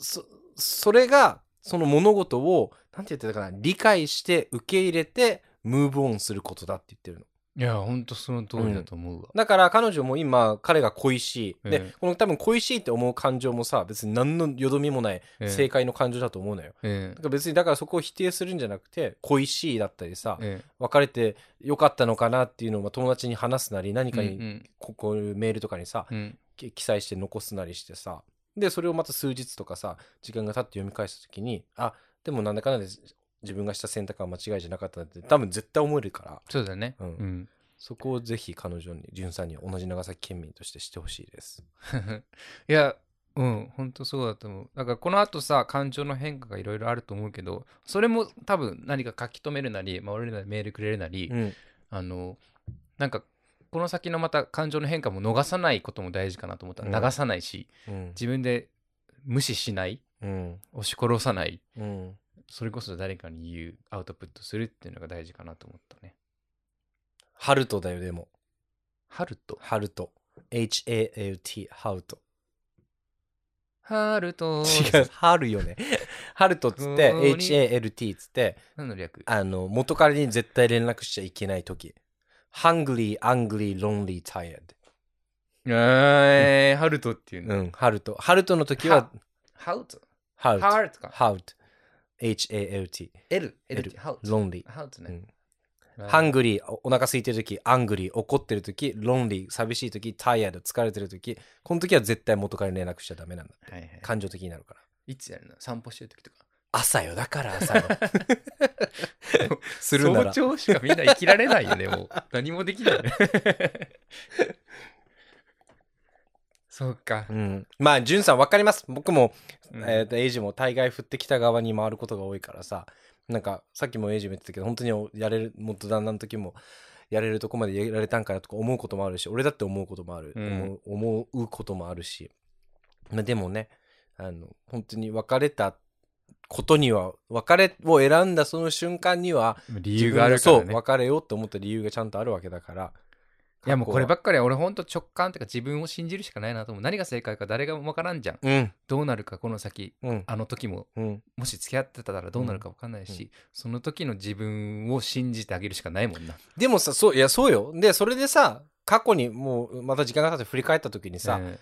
[SPEAKER 1] そそれがその物事をなんて言ってたかな理解して受け入れてムーブオンすることだって言ってるの。
[SPEAKER 2] いや、ほんとその通りだと思うわ。
[SPEAKER 1] だから彼女も今彼が恋しい、
[SPEAKER 2] え
[SPEAKER 1] で
[SPEAKER 2] え
[SPEAKER 1] この多分恋しいって思う感情もさ別に何のよどみもない
[SPEAKER 2] ええ
[SPEAKER 1] 正解の感情だと思うのよ、
[SPEAKER 2] え
[SPEAKER 1] だから別にだからそこを否定するんじゃなくて恋しいだったりさ
[SPEAKER 2] え、え
[SPEAKER 1] 別れてよかったのかなっていうのをまあ友達に話すなり何
[SPEAKER 2] え。う
[SPEAKER 1] か
[SPEAKER 2] んう
[SPEAKER 1] に
[SPEAKER 2] ん
[SPEAKER 1] ここういうメールとかにさ
[SPEAKER 2] うん。
[SPEAKER 1] き記載して残すなりしてさでそれをまた数日とかさ時間が経って読み返した時にあでもなんだかんだで自分がした選択は間違いじゃなかったなって多分絶対思えるから
[SPEAKER 2] そうだね。
[SPEAKER 1] う
[SPEAKER 2] うんん。
[SPEAKER 1] そこをぜひ彼女に、潤さんに同じ長崎県民としてしてほしいです。
[SPEAKER 2] <laughs> いや、うん、ほんとそうだと思う。だからこの後さ、感情の変化がいろいろあると思うけど、それも多分何か書き留めるなり、まあ、俺らにメールくれるなり、
[SPEAKER 1] うん、
[SPEAKER 2] あの、なんか、この先のまた感情の変化も逃さないことも大事かなと思った。
[SPEAKER 1] うん
[SPEAKER 2] 流さないし、
[SPEAKER 1] うん、
[SPEAKER 2] 自分で無視しない、
[SPEAKER 1] うん、
[SPEAKER 2] 押し殺さない、
[SPEAKER 1] うん。
[SPEAKER 2] それこそ誰かに言う、アウトプットするっていうのが大事かなと思ったね。
[SPEAKER 1] ハルトだよ、でも。
[SPEAKER 2] ハルト。
[SPEAKER 1] ハルト。H-A-L-T、ハウト。
[SPEAKER 2] ハルト。
[SPEAKER 1] 違う、ハルよね。 <laughs> ハルトっつって
[SPEAKER 2] う、ん
[SPEAKER 1] H-A-L-T っつって、
[SPEAKER 2] 何の略
[SPEAKER 1] あの、元彼に絶対連絡しちゃいけないとき。hungry, angry, lonely, tired。
[SPEAKER 2] えー、ハルトっていう
[SPEAKER 1] う
[SPEAKER 2] の。
[SPEAKER 1] ん、ハルト。ハルトの時は、
[SPEAKER 2] ハウト。
[SPEAKER 1] ハウト。
[SPEAKER 2] ハルトか。
[SPEAKER 1] ハウト。H-A-L-T。
[SPEAKER 2] L。L
[SPEAKER 1] L
[SPEAKER 2] ってハウト。
[SPEAKER 1] lonely。
[SPEAKER 2] ハウト
[SPEAKER 1] う
[SPEAKER 2] ね
[SPEAKER 1] ん。
[SPEAKER 2] うん
[SPEAKER 1] ハングリー、おお腹空いてるとき、アングリー、怒ってるとき、ロンリー、寂しいとき、タイヤード、疲れてるとき、この時は絶対元から連絡しちゃダメなんだ。
[SPEAKER 2] はいはい。
[SPEAKER 1] 感情的になるから。
[SPEAKER 2] いつやるの散歩してる時とか。
[SPEAKER 1] 朝よ、だから朝
[SPEAKER 2] <laughs>
[SPEAKER 1] よ。 <laughs> するなら
[SPEAKER 2] 早。朝しかみんな生きられないよね、もう。何もできない。 <laughs> そうか
[SPEAKER 1] う。ん、まあ、ジュンさん分かります。僕も、
[SPEAKER 2] うん
[SPEAKER 1] えーとエイジも大概振ってきた側に回ることが多いからさ、なんかさっきもエイジも言ってたけど、本当にやれる、もっと旦那の時も、やれるとこまでやられたんかなとか思うこともあるし、俺だって思うこともある。
[SPEAKER 2] うん
[SPEAKER 1] 思う思うこともあるし。まあでもね、あの、本当に別れたことには、別れを選んだその瞬間には、
[SPEAKER 2] 理由がある
[SPEAKER 1] 自
[SPEAKER 2] から
[SPEAKER 1] 分がそ
[SPEAKER 2] ね。
[SPEAKER 1] う、別れようって思った理由がちゃんとあるわけだから。
[SPEAKER 2] いやもうこれば
[SPEAKER 1] っ
[SPEAKER 2] っかりは俺ほんと直感とか自分を信じるしかないなと思う。何が正解か誰がもわからんじゃん。
[SPEAKER 1] うん、
[SPEAKER 2] どうなるかこの先、
[SPEAKER 1] うん、
[SPEAKER 2] あの時も、
[SPEAKER 1] うん。
[SPEAKER 2] もし付き合ってたらどうなるかわかんないし、その時の自分を信じてあげるしかないもんな。
[SPEAKER 1] でもさ、そう、いや、そうよ。で、それでさ、過去にもう、また時間が経って振り返った時にさ、
[SPEAKER 2] うん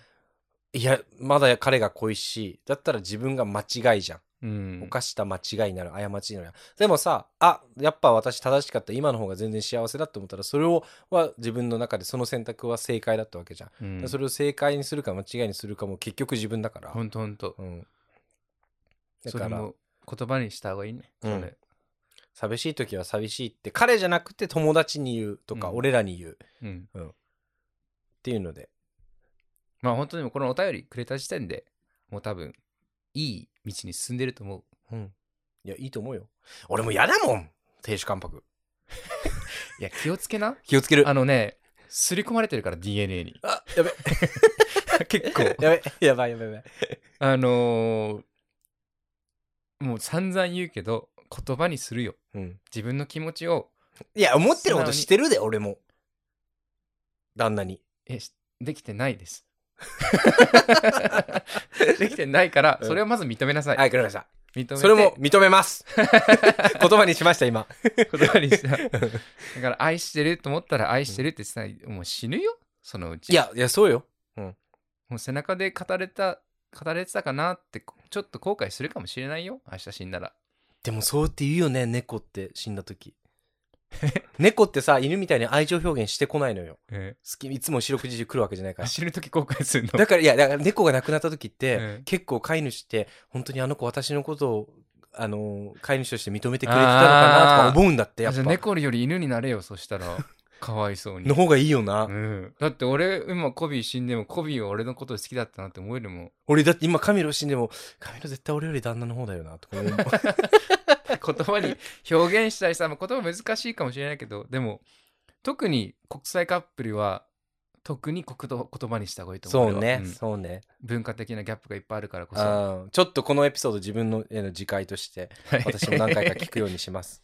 [SPEAKER 1] いや、まだ彼が恋しい。だったら自分が間違いじゃん。
[SPEAKER 2] うん。
[SPEAKER 1] 犯した間違いなら過ちならでもさあやっぱ私正しかった今の方が全然幸せだって思ったらそれをは自分の中でその選択は正解だったわけじゃん、
[SPEAKER 2] うん、
[SPEAKER 1] それを正解にするか間違いにするかも結局自分だから、
[SPEAKER 2] ほんとほんと。
[SPEAKER 1] うんだ
[SPEAKER 2] そ
[SPEAKER 1] か
[SPEAKER 2] れ
[SPEAKER 1] ら
[SPEAKER 2] も言葉にした方がいいね。それ
[SPEAKER 1] うん寂しい時は寂しいって彼じゃなくて友達に言うとか、
[SPEAKER 2] うん
[SPEAKER 1] 俺らに言うっ
[SPEAKER 2] うん
[SPEAKER 1] ていうので
[SPEAKER 2] まあ本当にもうこのお便りくれた時点でもう多分いい道に進んでると思
[SPEAKER 1] う
[SPEAKER 2] う。
[SPEAKER 1] んいやいいと思うよ俺も嫌だもん亭主関白
[SPEAKER 2] いや気をつ
[SPEAKER 1] <laughs>
[SPEAKER 2] けな。
[SPEAKER 1] 気をつける
[SPEAKER 2] あのね、刷り込まれてるから DNA
[SPEAKER 1] <laughs>
[SPEAKER 2] に。
[SPEAKER 1] あやべ
[SPEAKER 2] 結構。
[SPEAKER 1] <laughs> やべやばいやばいやばい
[SPEAKER 2] あのーもう散々言うけど言葉にするよ。
[SPEAKER 1] うん
[SPEAKER 2] 自分の気持ちを、
[SPEAKER 1] いや思ってることしてるで俺も旦那に
[SPEAKER 2] え、しできてない
[SPEAKER 1] <laughs>
[SPEAKER 2] です。 <laughs> できてないから、
[SPEAKER 1] うん
[SPEAKER 2] それをまず認めなさい。
[SPEAKER 1] はい、わかりました。
[SPEAKER 2] 認めて
[SPEAKER 1] それも認め <laughs> ます。言葉にしました、今。
[SPEAKER 2] 言葉にした。 <laughs> だから愛してると思ったら愛してるってさ、もう死ぬよ、そのうち。
[SPEAKER 1] いや、いや、そうよ。
[SPEAKER 2] もう背中で語れた、語れてたかなって、ちょっと後悔するかもしれないよ。明日死んだら。
[SPEAKER 1] でも、そうって言うよね、猫って死んだ <laughs> 時。猫ってさ、犬みたいに愛情表現してこないのよ。好き、いつも四六時中来るわけじゃないから。
[SPEAKER 2] 死ぬ時後悔するの。
[SPEAKER 1] だから、いや、だから猫が亡くなった時って、
[SPEAKER 2] うん
[SPEAKER 1] 結構飼い主って、本当にあの子私のことを、あの、飼い主として認めてくれてたのかなとか思うんだって、やっ
[SPEAKER 2] じ
[SPEAKER 1] ぱ
[SPEAKER 2] ゃあ。猫より犬になれよ、そしたら。かわいそうに
[SPEAKER 1] の。方がいいよな。
[SPEAKER 2] うん、だって俺今コビー死んでもコビーは俺のこと好きだったなって思えるもん
[SPEAKER 1] 俺だって今カミロ死んでも、カミロ絶対俺より旦那の方だよな、とか思う。
[SPEAKER 2] 言葉に表現したりさまあ言葉難しいかもしれないけどでも特に国際カップルは特に国と言葉にした方がいいと思。
[SPEAKER 1] そううね、
[SPEAKER 2] 俺は
[SPEAKER 1] そうね。
[SPEAKER 2] うん文化的なギャップがいっぱいあるからこそ。
[SPEAKER 1] あーちょっとこのエピソード自分のへの自戒として、
[SPEAKER 2] はい
[SPEAKER 1] 私も何回か聞くようにします。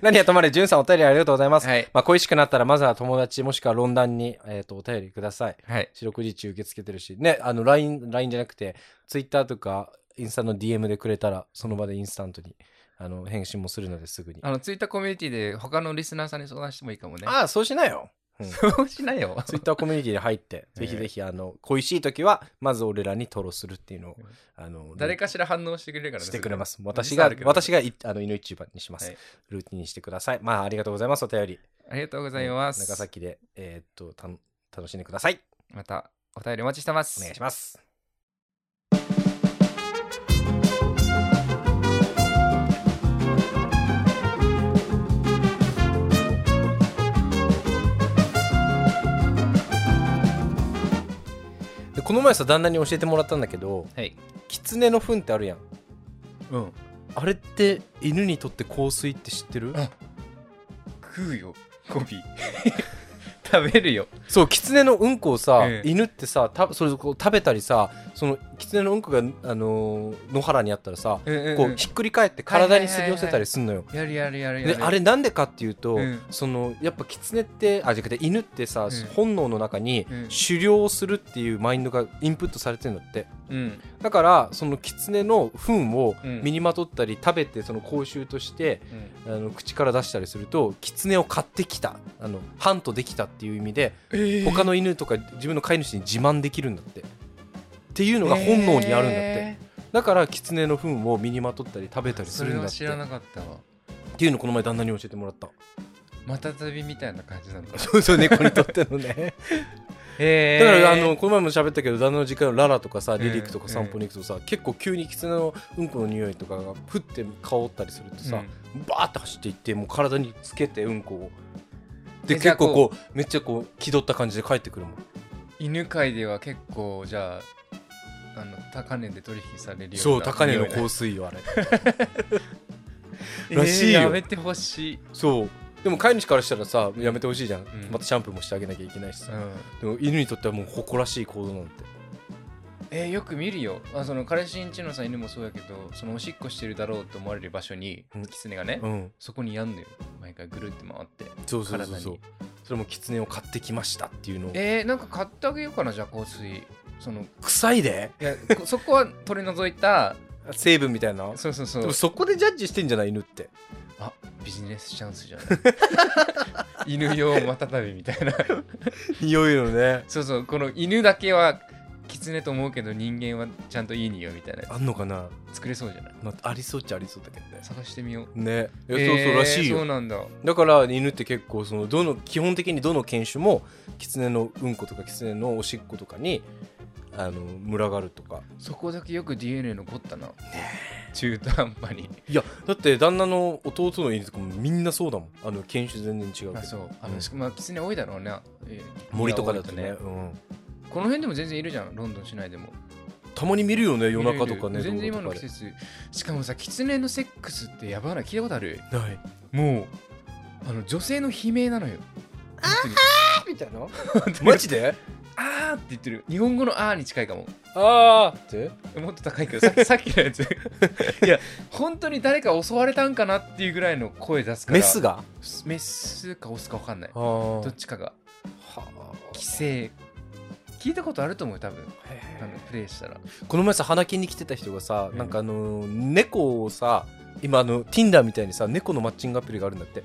[SPEAKER 1] 何はとまれ、じゅんさんお便りありがとうございます。
[SPEAKER 2] <laughs> はい。
[SPEAKER 1] まあ、恋しくなったら、まずは友達もしくは論壇に、えー、とお便りください。
[SPEAKER 2] はい。
[SPEAKER 1] 四六時中受け付けてるし、ね、あの、LINE、LINE じゃなくて、Twitter とか、インスタの DM でくれたら、その場でインスタントに、あの、返信もするのですぐに。
[SPEAKER 2] あの、ツイッターコミュニティで他のリスナーさんに相談してもいいかもね。
[SPEAKER 1] ああ、そうしなよ。
[SPEAKER 2] そうしないよ。
[SPEAKER 1] ツイッターコミュニティに入
[SPEAKER 2] <laughs>
[SPEAKER 1] って、ぜひぜひ、あの、恋しい時は、まず俺らに吐露するっていうのを、あの、
[SPEAKER 2] 誰かしら反応してくれるから
[SPEAKER 1] してくれます。
[SPEAKER 2] す
[SPEAKER 1] 私
[SPEAKER 2] ぐ
[SPEAKER 1] が
[SPEAKER 2] リスト、あるけ
[SPEAKER 1] 私がい、あの、犬一番にします、
[SPEAKER 2] はい
[SPEAKER 1] ルーティンにしてください。まあ、ありがとうございます、お便り。
[SPEAKER 2] どありがとうございます。
[SPEAKER 1] 長崎で、えーっと、たの楽しんでください。
[SPEAKER 2] またお便りお待ちしてます。
[SPEAKER 1] お願いします。でこの前さ旦那に教えてもらったんだけど
[SPEAKER 2] はい。
[SPEAKER 1] キツネの糞ってあるやん
[SPEAKER 2] うん。
[SPEAKER 1] あれって犬にとって香水って知ってる
[SPEAKER 2] あ食うよ、
[SPEAKER 1] <laughs>
[SPEAKER 2] コビ。食べるよ。
[SPEAKER 1] そうキツネのうんこをさ、
[SPEAKER 2] ええ
[SPEAKER 1] 犬ってさたそれこう食べたりさそのキツネのうんこが、あのー野原にあったらさ、こうひっくり返って体にすり寄せたりすんのよ。
[SPEAKER 2] やるやるやるやる。
[SPEAKER 1] であれなんでかっていうと、
[SPEAKER 2] うん
[SPEAKER 1] そのやっぱキツネってあじゃなくて犬ってさ、
[SPEAKER 2] ん
[SPEAKER 1] 本能の中に
[SPEAKER 2] うん
[SPEAKER 1] 狩猟をするっていうマインドがインプットされてるんだって
[SPEAKER 2] うん。
[SPEAKER 1] だからそのキツネの糞を
[SPEAKER 2] うん
[SPEAKER 1] 身にまとったり食べてその口臭としてあの口から出したりするとキツネを買ってきたあのハントできたっていう意味で
[SPEAKER 2] え
[SPEAKER 1] 他の犬とか自分の飼い主に自慢できるんだって。っていうのが本能にあるんだって、だからキツネの糞を身にまとったり食べたりす
[SPEAKER 2] そ
[SPEAKER 1] る
[SPEAKER 2] れ
[SPEAKER 1] んだ
[SPEAKER 2] は
[SPEAKER 1] って
[SPEAKER 2] 知らなかったわ。
[SPEAKER 1] っていうのをこの前旦那に教えてもらった
[SPEAKER 2] また旅みたいな感じなのかな。
[SPEAKER 1] そうそう猫にとってのね
[SPEAKER 2] え
[SPEAKER 1] <laughs> だからあのこの前も喋ったけど旦那の時間のララとかさ
[SPEAKER 2] え
[SPEAKER 1] リリックとか散歩に行くとさ、結構急にキツネのうんこの匂いとかがふって香ったりするとさ、バーって走っていってもう体につけてうんこをで
[SPEAKER 2] えじゃ
[SPEAKER 1] 結
[SPEAKER 2] あ
[SPEAKER 1] 構こうめっちゃこう気取った感じで帰ってくるもん
[SPEAKER 2] 犬界では結構じゃああの高値で取引されるような
[SPEAKER 1] そう高値の
[SPEAKER 2] 香
[SPEAKER 1] 香水よあれ
[SPEAKER 2] 水
[SPEAKER 1] らしいよ
[SPEAKER 2] やめてほしい、
[SPEAKER 1] <laughs> そうでも飼い主からしたらさやめてほしいじゃん、
[SPEAKER 2] ん
[SPEAKER 1] またシャンプーもしてあげなきゃいけないしさ、
[SPEAKER 2] うん
[SPEAKER 1] でも犬にとってはもう誇らしい行動なんて
[SPEAKER 2] えーよく見るよあその彼氏んちのさ犬もそうやけどそのおしっこしてるだろうと思われる場所に、
[SPEAKER 1] うん
[SPEAKER 2] キツネがね、
[SPEAKER 1] うん
[SPEAKER 2] そこにやんのよ毎回ぐるって回って
[SPEAKER 1] そうそうそう
[SPEAKER 2] 体
[SPEAKER 1] そう
[SPEAKER 2] に
[SPEAKER 1] それも狐を買ってきましたっていうのを
[SPEAKER 2] えー、なんか買ってあげようかなじゃあ香水そのい
[SPEAKER 1] 臭いで
[SPEAKER 2] やこ <laughs> そこは取り除いた
[SPEAKER 1] 成分みたいな
[SPEAKER 2] そうそうそ
[SPEAKER 1] で
[SPEAKER 2] う
[SPEAKER 1] もそこでジャッジしてんじゃない犬って
[SPEAKER 2] あビジネスチャンスじゃない <laughs> 犬用またたびみたいな
[SPEAKER 1] <laughs> 匂いのね
[SPEAKER 2] そうそうこの犬だけは狐と思うけど人間はちゃんといい匂いみたいなや
[SPEAKER 1] あんのかな、
[SPEAKER 2] つ作れそうじゃない
[SPEAKER 1] まあ、ありそうっちゃありそうだけどね
[SPEAKER 2] 探してみよう
[SPEAKER 1] ねいや
[SPEAKER 2] え
[SPEAKER 1] そう
[SPEAKER 2] ー
[SPEAKER 1] そうらしい
[SPEAKER 2] そう
[SPEAKER 1] よ
[SPEAKER 2] なんだ
[SPEAKER 1] だから犬って結構そのどの基本的にどの犬種も狐のうんことか狐のおしっことかにあの群がるとか
[SPEAKER 2] そこだけよく DNA 残ったな中途半端に
[SPEAKER 1] いやだって旦那の弟の犬とかもみんなそうだもんあの犬種全然違うけど
[SPEAKER 2] あそうあの、
[SPEAKER 1] うん
[SPEAKER 2] しかまあ狐多いだろうね、えー
[SPEAKER 1] 森とかだとね
[SPEAKER 2] 庭多い
[SPEAKER 1] うん、
[SPEAKER 2] この辺でも全然いるじゃんロンドン市内でも
[SPEAKER 1] たまに見るよね夜中とかね
[SPEAKER 2] いるいる全然
[SPEAKER 1] 道
[SPEAKER 2] 今
[SPEAKER 1] 路とか
[SPEAKER 2] の季
[SPEAKER 1] で
[SPEAKER 2] 節しかもさ狐のセックスってやばない聞いたことある
[SPEAKER 1] ない
[SPEAKER 2] もうあの女性の悲鳴なのよあ
[SPEAKER 1] <laughs> みたいな
[SPEAKER 2] ー
[SPEAKER 1] <laughs> マジで
[SPEAKER 2] あーって言ってる日本語のあーに近いかも
[SPEAKER 1] ああって
[SPEAKER 2] もっと高いけど
[SPEAKER 1] <laughs>
[SPEAKER 2] さっきさっきのやついや本当に誰か襲われたんかなっていうぐらいの声出すから
[SPEAKER 1] メスが
[SPEAKER 2] メスかオスか分かんない
[SPEAKER 1] あー
[SPEAKER 2] どっちかが
[SPEAKER 1] は
[SPEAKER 2] 規制聞いたことあると思うよ多分
[SPEAKER 1] あへ
[SPEAKER 2] あのプレイしたら
[SPEAKER 1] ーこの前さ花金に来てた人がさ
[SPEAKER 2] うん
[SPEAKER 1] なんかあのー猫をさ今あの Tinder みたいにさ猫のマッチングアプリがあるんだって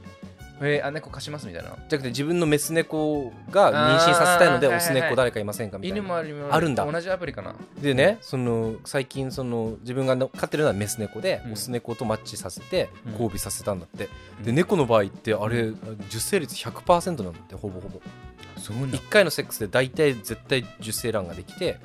[SPEAKER 2] えー、あ猫貸しますみたいな
[SPEAKER 1] じゃなくて自分のメス猫が妊娠させたいので
[SPEAKER 2] あー
[SPEAKER 1] オス
[SPEAKER 2] はいはいは
[SPEAKER 1] 猫
[SPEAKER 2] い
[SPEAKER 1] 誰かいませんかみたい
[SPEAKER 2] 犬
[SPEAKER 1] な
[SPEAKER 2] もあるよ
[SPEAKER 1] あるんだ
[SPEAKER 2] 同じアプリかな
[SPEAKER 1] でねその最近その自分がの飼ってるのはメス猫で、
[SPEAKER 2] うん
[SPEAKER 1] オス猫とマッチさせて
[SPEAKER 2] うん
[SPEAKER 1] 交尾させたんだって、
[SPEAKER 2] う
[SPEAKER 1] で
[SPEAKER 2] ん
[SPEAKER 1] 猫の場合ってあれ受精率100%なんだってほぼほぼ
[SPEAKER 2] そうなん
[SPEAKER 1] 1回のセックスで大体絶対受精卵ができて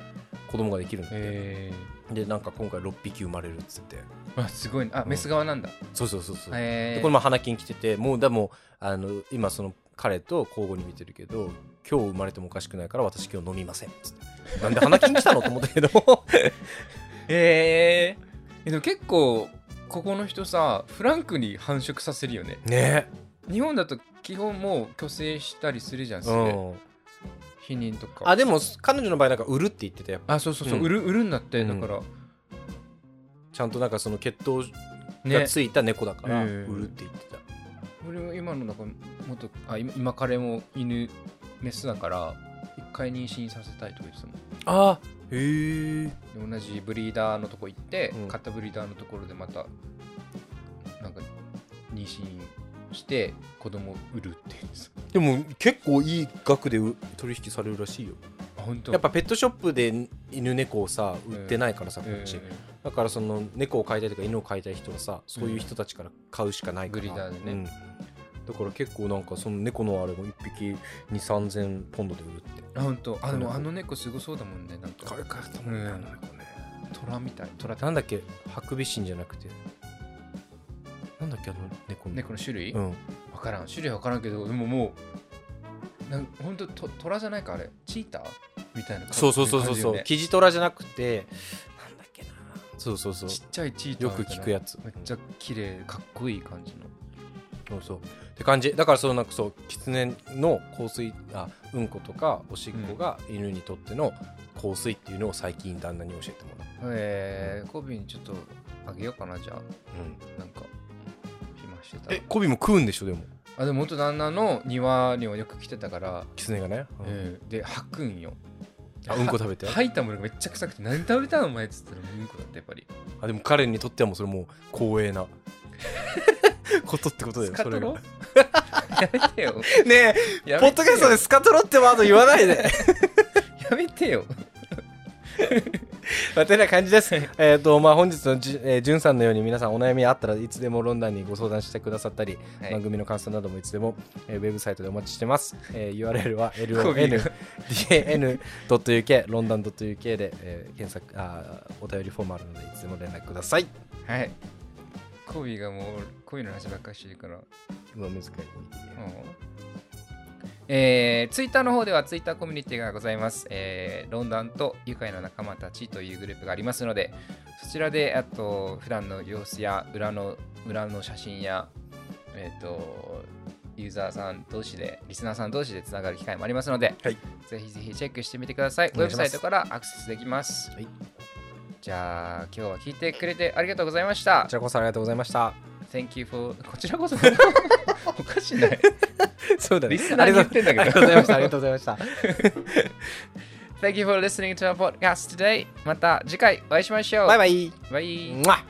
[SPEAKER 1] 子供ができるんだって、
[SPEAKER 2] え
[SPEAKER 1] でなんか今回6匹生まれるっつって
[SPEAKER 2] ー、あすごいなあ
[SPEAKER 1] うん
[SPEAKER 2] メス側なんだ、
[SPEAKER 1] そうそうそうそう、
[SPEAKER 2] え
[SPEAKER 1] で
[SPEAKER 2] ー、
[SPEAKER 1] この前花金来ててもうでもあの今その彼と交互に見てるけど今日生まれてもおかしくないから私今日飲みませんっつってなんで花金来たのと思ったけど
[SPEAKER 2] えーえでも結構ここの人さフランクに繁殖させるよね
[SPEAKER 1] <laughs> ね
[SPEAKER 2] 日本だと基本もう虚勢したりするじゃん
[SPEAKER 1] う
[SPEAKER 2] それ
[SPEAKER 1] ん
[SPEAKER 2] 否認とか
[SPEAKER 1] あでも彼女の場合なんか売るって言ってたよ
[SPEAKER 2] あそうそうそう、
[SPEAKER 1] うん
[SPEAKER 2] 売る売るんだって
[SPEAKER 1] う
[SPEAKER 2] だ
[SPEAKER 1] ん
[SPEAKER 2] から、
[SPEAKER 1] ちゃんとなんかその血統が
[SPEAKER 2] ね
[SPEAKER 1] ついた猫だから
[SPEAKER 2] う
[SPEAKER 1] 売
[SPEAKER 2] ん
[SPEAKER 1] るって言ってた、
[SPEAKER 2] 俺は今のだからもっとあ今今彼も犬メスだから一回妊娠させたいとか言ってたもん
[SPEAKER 1] あへえ
[SPEAKER 2] で同じブリーダーのとこ行って、
[SPEAKER 1] うん
[SPEAKER 2] 買ったブリーダーのところでまたなんか妊娠して子供売るって言うんです
[SPEAKER 1] でも結構いい額でう取引されるらしいよ
[SPEAKER 2] あ本当
[SPEAKER 1] やっぱペットショップで犬猫をさ売ってないからさ、こっち、だからその猫を飼いたいとか犬を飼いたい人はさそういう人たちから買うしかないから、
[SPEAKER 2] グリーダーでね
[SPEAKER 1] うんだから結構なんかその猫のあれも1匹2 3 0ポンドで売るって
[SPEAKER 2] あ本当あでもあの猫すごそうだもんねなん
[SPEAKER 1] か
[SPEAKER 2] か
[SPEAKER 1] った
[SPEAKER 2] もんねあの
[SPEAKER 1] 猫ね
[SPEAKER 2] 虎みたい虎
[SPEAKER 1] なんだっけハクビシンじゃなくてなんだっけあの猫の
[SPEAKER 2] 猫の種類、
[SPEAKER 1] う
[SPEAKER 2] わ
[SPEAKER 1] ん
[SPEAKER 2] 分からん種類は分からんけどでももうなん本当と虎じゃないかあれチーターみたいな感じ
[SPEAKER 1] そうそうそうそう
[SPEAKER 2] 感じよ
[SPEAKER 1] そう、
[SPEAKER 2] ね
[SPEAKER 1] キジトラじゃなくてなんだっけなそうそうそう
[SPEAKER 2] ちっちゃいチーター
[SPEAKER 1] よく聞くや
[SPEAKER 2] つ
[SPEAKER 1] つ
[SPEAKER 2] めっちゃ綺麗かっこいい感じの
[SPEAKER 1] そうそうって感じだからそのなんかそう狐の香水あうんことかおしっこが犬にとっての香水っていうのを最近旦那に教えてもらう、
[SPEAKER 2] えー、コビにちょっとあげようかなじゃあ
[SPEAKER 1] うん、
[SPEAKER 2] なんか暇してたら
[SPEAKER 1] えコビも食うんでしょでも
[SPEAKER 2] あでも元旦那の庭にはよく来てたから、
[SPEAKER 1] 狐がね、うん
[SPEAKER 2] うんで吐くんよ
[SPEAKER 1] あうんこ食べて
[SPEAKER 2] は吐いたものがめっちゃ臭くて何食べたのお前っつったらもううんこだってやっぱり
[SPEAKER 1] あでも彼にとってはもうそれもう光栄 <laughs> なことってことだ
[SPEAKER 2] ス
[SPEAKER 1] よそ
[SPEAKER 2] カト
[SPEAKER 1] れが
[SPEAKER 2] ロ <laughs> やめ
[SPEAKER 1] <laughs>
[SPEAKER 2] てよ
[SPEAKER 1] ね
[SPEAKER 2] やめてよ
[SPEAKER 1] えポッドキャストでスカトロってワード言わないで
[SPEAKER 2] やめてよ
[SPEAKER 1] <laughs> まあてな感じですえっとまあ本日のじゅ、えー、じゅんさんのように皆さんお悩みあったらいつでもロンダンにご相談してくださったり
[SPEAKER 2] はい
[SPEAKER 1] 番組の感想などもいつでも、えーウェブサイトでお待ちしてます。えー URL は
[SPEAKER 2] コビが
[SPEAKER 1] lon.dan.uk ロンダン .uk で、えー検索あーお便りフォームあるのでいつでも連絡ください。
[SPEAKER 2] はいコビがもう恋の話ばっかりしてるから
[SPEAKER 1] 今難しい。
[SPEAKER 2] えー、ツイッターの方ではツイッターコミュニティがございます。えー、ロンダンと愉快な仲間たちというグループがありますので、そちらで、あと、普段の様子や裏の、裏の写真や、えっ、と、ユーザーさん同士で、リスナーさん同士でつながる機会もありますので、
[SPEAKER 1] はい
[SPEAKER 2] ぜひぜひチェックしてみてください。ウ
[SPEAKER 1] お
[SPEAKER 2] ェ
[SPEAKER 1] 願い
[SPEAKER 2] ブ
[SPEAKER 1] し
[SPEAKER 2] サ
[SPEAKER 1] ます
[SPEAKER 2] イトからアクセスできます。
[SPEAKER 1] はい
[SPEAKER 2] じゃあ、今日は聞いてくれてありがとうございました
[SPEAKER 1] こち。らこそありがとうございました。
[SPEAKER 2] Thank you for こちらこそ <laughs> おかしない。
[SPEAKER 1] そうだ
[SPEAKER 2] リスナーに言ってんだけど
[SPEAKER 1] ありがとうございました。ありがとうございました。
[SPEAKER 2] Thank you for listening to our podcast today. また次回お会いしましょう。
[SPEAKER 1] バイバイ。
[SPEAKER 2] バイ。
[SPEAKER 1] うわっ